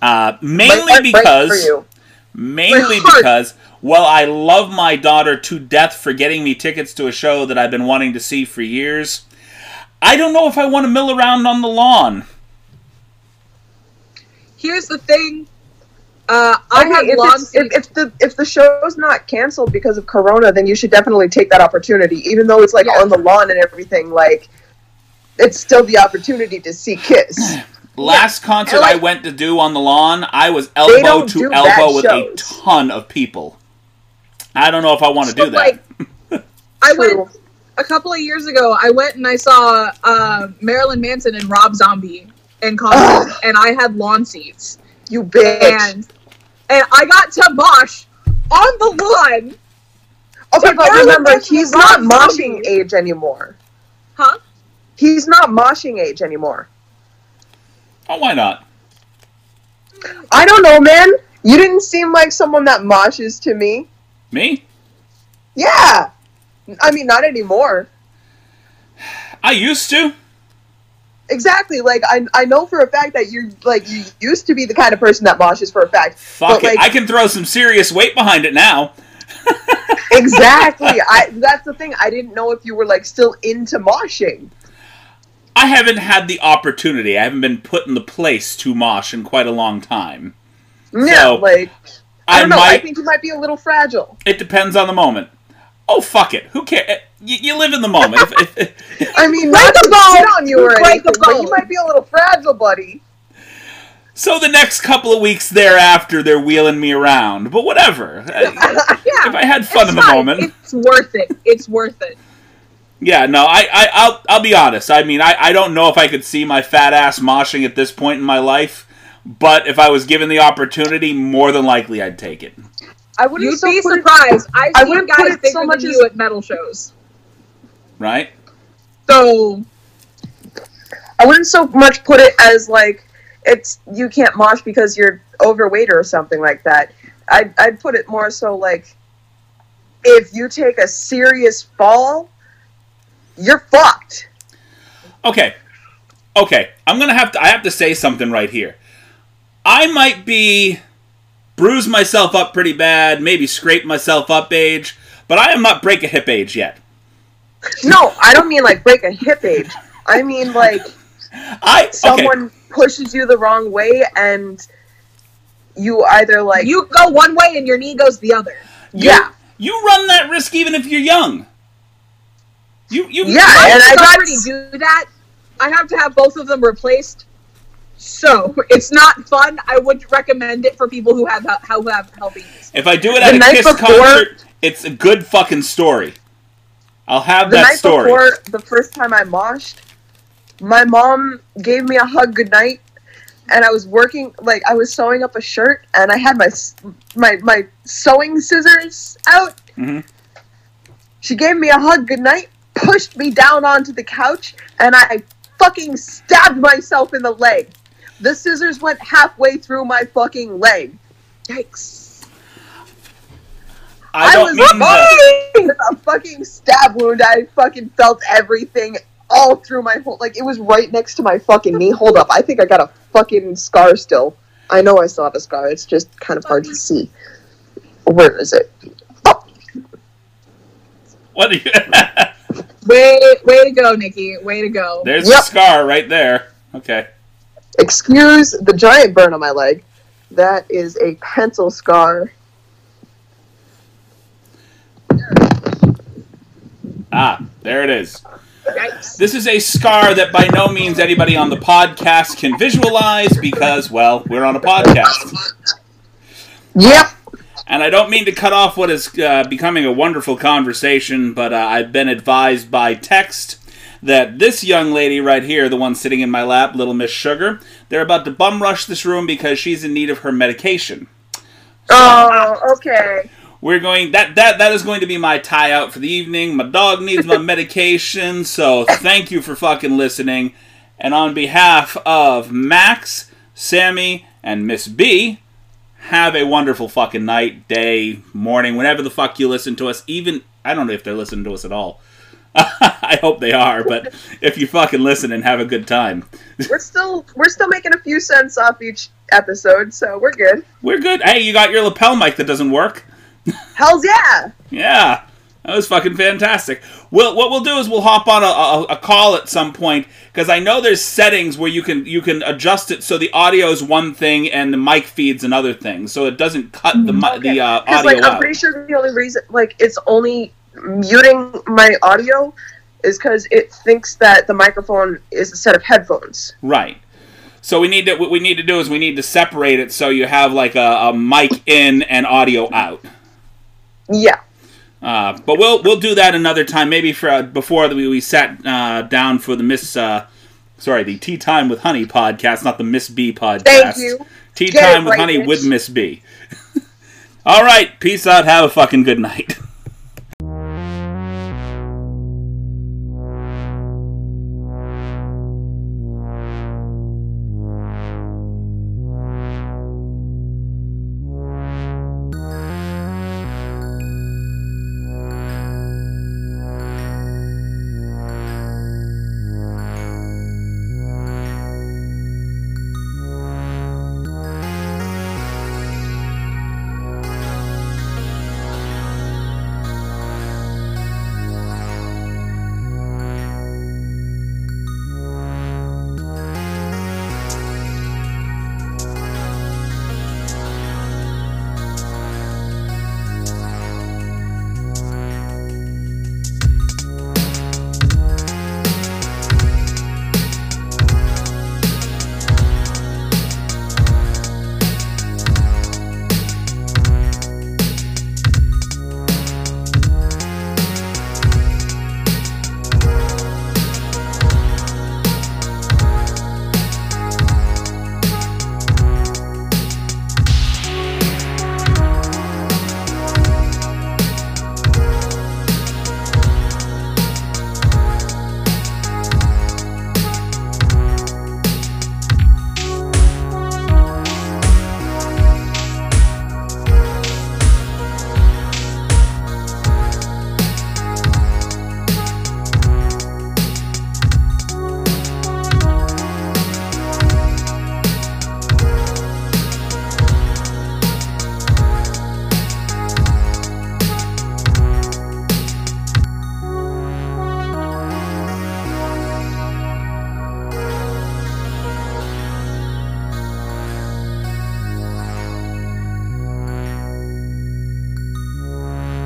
Uh,
Right-
mainly
right- right
because
for you.
mainly
My heart.
because well I love my daughter to death for getting me tickets to a show that I've been wanting to see for years. I don't know if I want to mill around on the lawn.
Here's the thing. Uh, I
mean,
had
if
lawn
it's- if,
seats.
if the if the show's not canceled because of Corona, then you should definitely take that opportunity, even though it's like
Yeah.
on the lawn and everything. Like, it's still the opportunity to see Kiss.
Last concert
and, like-
I went to do on the lawn, I was elbow
don't
to
do that
elbow with a
shows.
ton of people. I don't know if I want to
So,
do that.
like, I went
True.
a couple of years ago, I went and I saw uh, Marilyn Manson and Rob Zombie in concert, and I had lawn seats,
You bitch.
and and I got to mosh on the lawn,
okay, but
Marilyn
remember,
Manson
he's
was
not
on
moshing
Zombies.
age anymore.
huh?
He's not moshing age anymore.
oh, why not?
I don't know, man. You didn't seem like someone that moshes to me.
Me?
Yeah. I mean, not anymore.
I used to.
Exactly. Like I, I know for a fact that you're like you used to be the kind of person that moshes for a fact.
Fuck
But,
it.
like-
I can throw some serious weight behind it now.
exactly. I that's the thing. I didn't know if you were like still into moshing.
I haven't had the opportunity. I haven't been put in the place to mosh in quite a long time.
No,
So,
like I, don't know. I
might.
think you might be a little fragile.
It depends on the moment. Oh, fuck it. Who cares? You, you live in the moment. If- if-
I mean,
Break
not
the
to
bone!
sit on you or
Break
anything,
the
but you
bone!
might be a little fragile, buddy.
so the next couple of weeks thereafter, they're wheeling me around. But whatever. Eh, if
Yeah,
I had fun
it's
in the
fine.
moment.
It's worth it. It's worth it.
Yeah, no, I, I, I'll, I'll be honest. I mean, I, I don't know if I could see my fat ass moshing at this point in my life, but if I was given the opportunity, more than likely I'd take it.
I wouldn't
You'd
so
be
put it-
surprised. I've
I
seen
wouldn't
guys
put it
bigger
so much
than
as-
you at metal shows.
right?
So
I wouldn't so much put it as like it's you can't mosh because you're overweight or something like that. I'd, I'd put it more so like if you take a serious fall, you're fucked.
Okay. Okay. I'm gonna have to I have to say something right here. I might be bruise myself up pretty bad, maybe scrape myself up age, but I am not break a hip age yet.
No, I don't mean like break a hip age. I mean like
I okay.
someone pushes you the wrong way and you either like
you go one way and your knee goes the other.
yeah
You run that risk even if you're young. You you
Yeah,
I
and I got-
already do that. I have to have both of them replaced. So it's not fun. I would recommend it for people who have who have healthy knees.
If I do it at
The
a
night
Kiss
before-
concert, it's a good fucking story. I'll have
the
that
night
story.
before the first time I moshed, my mom gave me a hug goodnight, and I was working like I was sewing up a shirt, and I had my s- my my sewing scissors out.
Mhm.
She gave me a hug goodnight, pushed me down onto the couch, and I fucking stabbed myself in the leg. The scissors went halfway through my fucking leg.
Yikes!
I don't
was
mean the,
fine with a fucking stab wound. I fucking felt everything all through my whole like it was right next to my fucking knee. Hold up, I think I got a fucking scar still. I know I still have a scar. It's just kind of hard to see. Where is it?
what are you
Way way to go, Nikki. Way to go.
There's a
Yep.
scar right there. Okay.
Excuse the giant burn on my leg. That is a pencil scar.
Ah, there it is.
Yikes!
This is a scar that by no means anybody on the podcast can visualize because, well, we're on a podcast.
Yep.
And I don't mean to cut off what is uh, becoming a wonderful conversation, but uh, I've been advised by text that this young lady right here, the one sitting in my lap, Little Miss Sugar, they're about to bum rush this room because she's in need of her medication.
Oh, okay.
We're going that that that is going to be my tie out for the evening. My dog needs my medication, so thank you for fucking listening. And on behalf of Max, Sammy, and Miss B, have a wonderful fucking night, day, morning, whenever the fuck you listen to us. Even I don't know if they're listening to us at all. I hope they are, but if you fucking listen and have a good time.
We're still we're still making a few cents off each episode, so we're good.
We're good. Hey, you got your lapel mic that doesn't work.
Hell's yeah.
Yeah, that was fucking fantastic. Well, what we'll do is we'll hop on a, a, a call at some point because I know there's settings where you can you can adjust it so the audio is one thing and the mic feeds another thing, so it doesn't cut the mi- the uh,
Because
audio
like I'm
out.
pretty sure the only reason like it's only muting my audio is because it thinks that the microphone is a set of headphones.
Right. So we need to what we need to do is we need to separate it so you have like a, a mic in and audio out.
Yeah.
Uh, but we'll we'll do that another time, maybe for uh, before we, we sat uh, down for the Miss uh, sorry the Tea Time with Honey podcast, not the Miss B podcast.
Thank you.
Tea
Get it
Time with
right,
Honey
bitch.
with Miss B. All right, peace out. Have a fucking good night.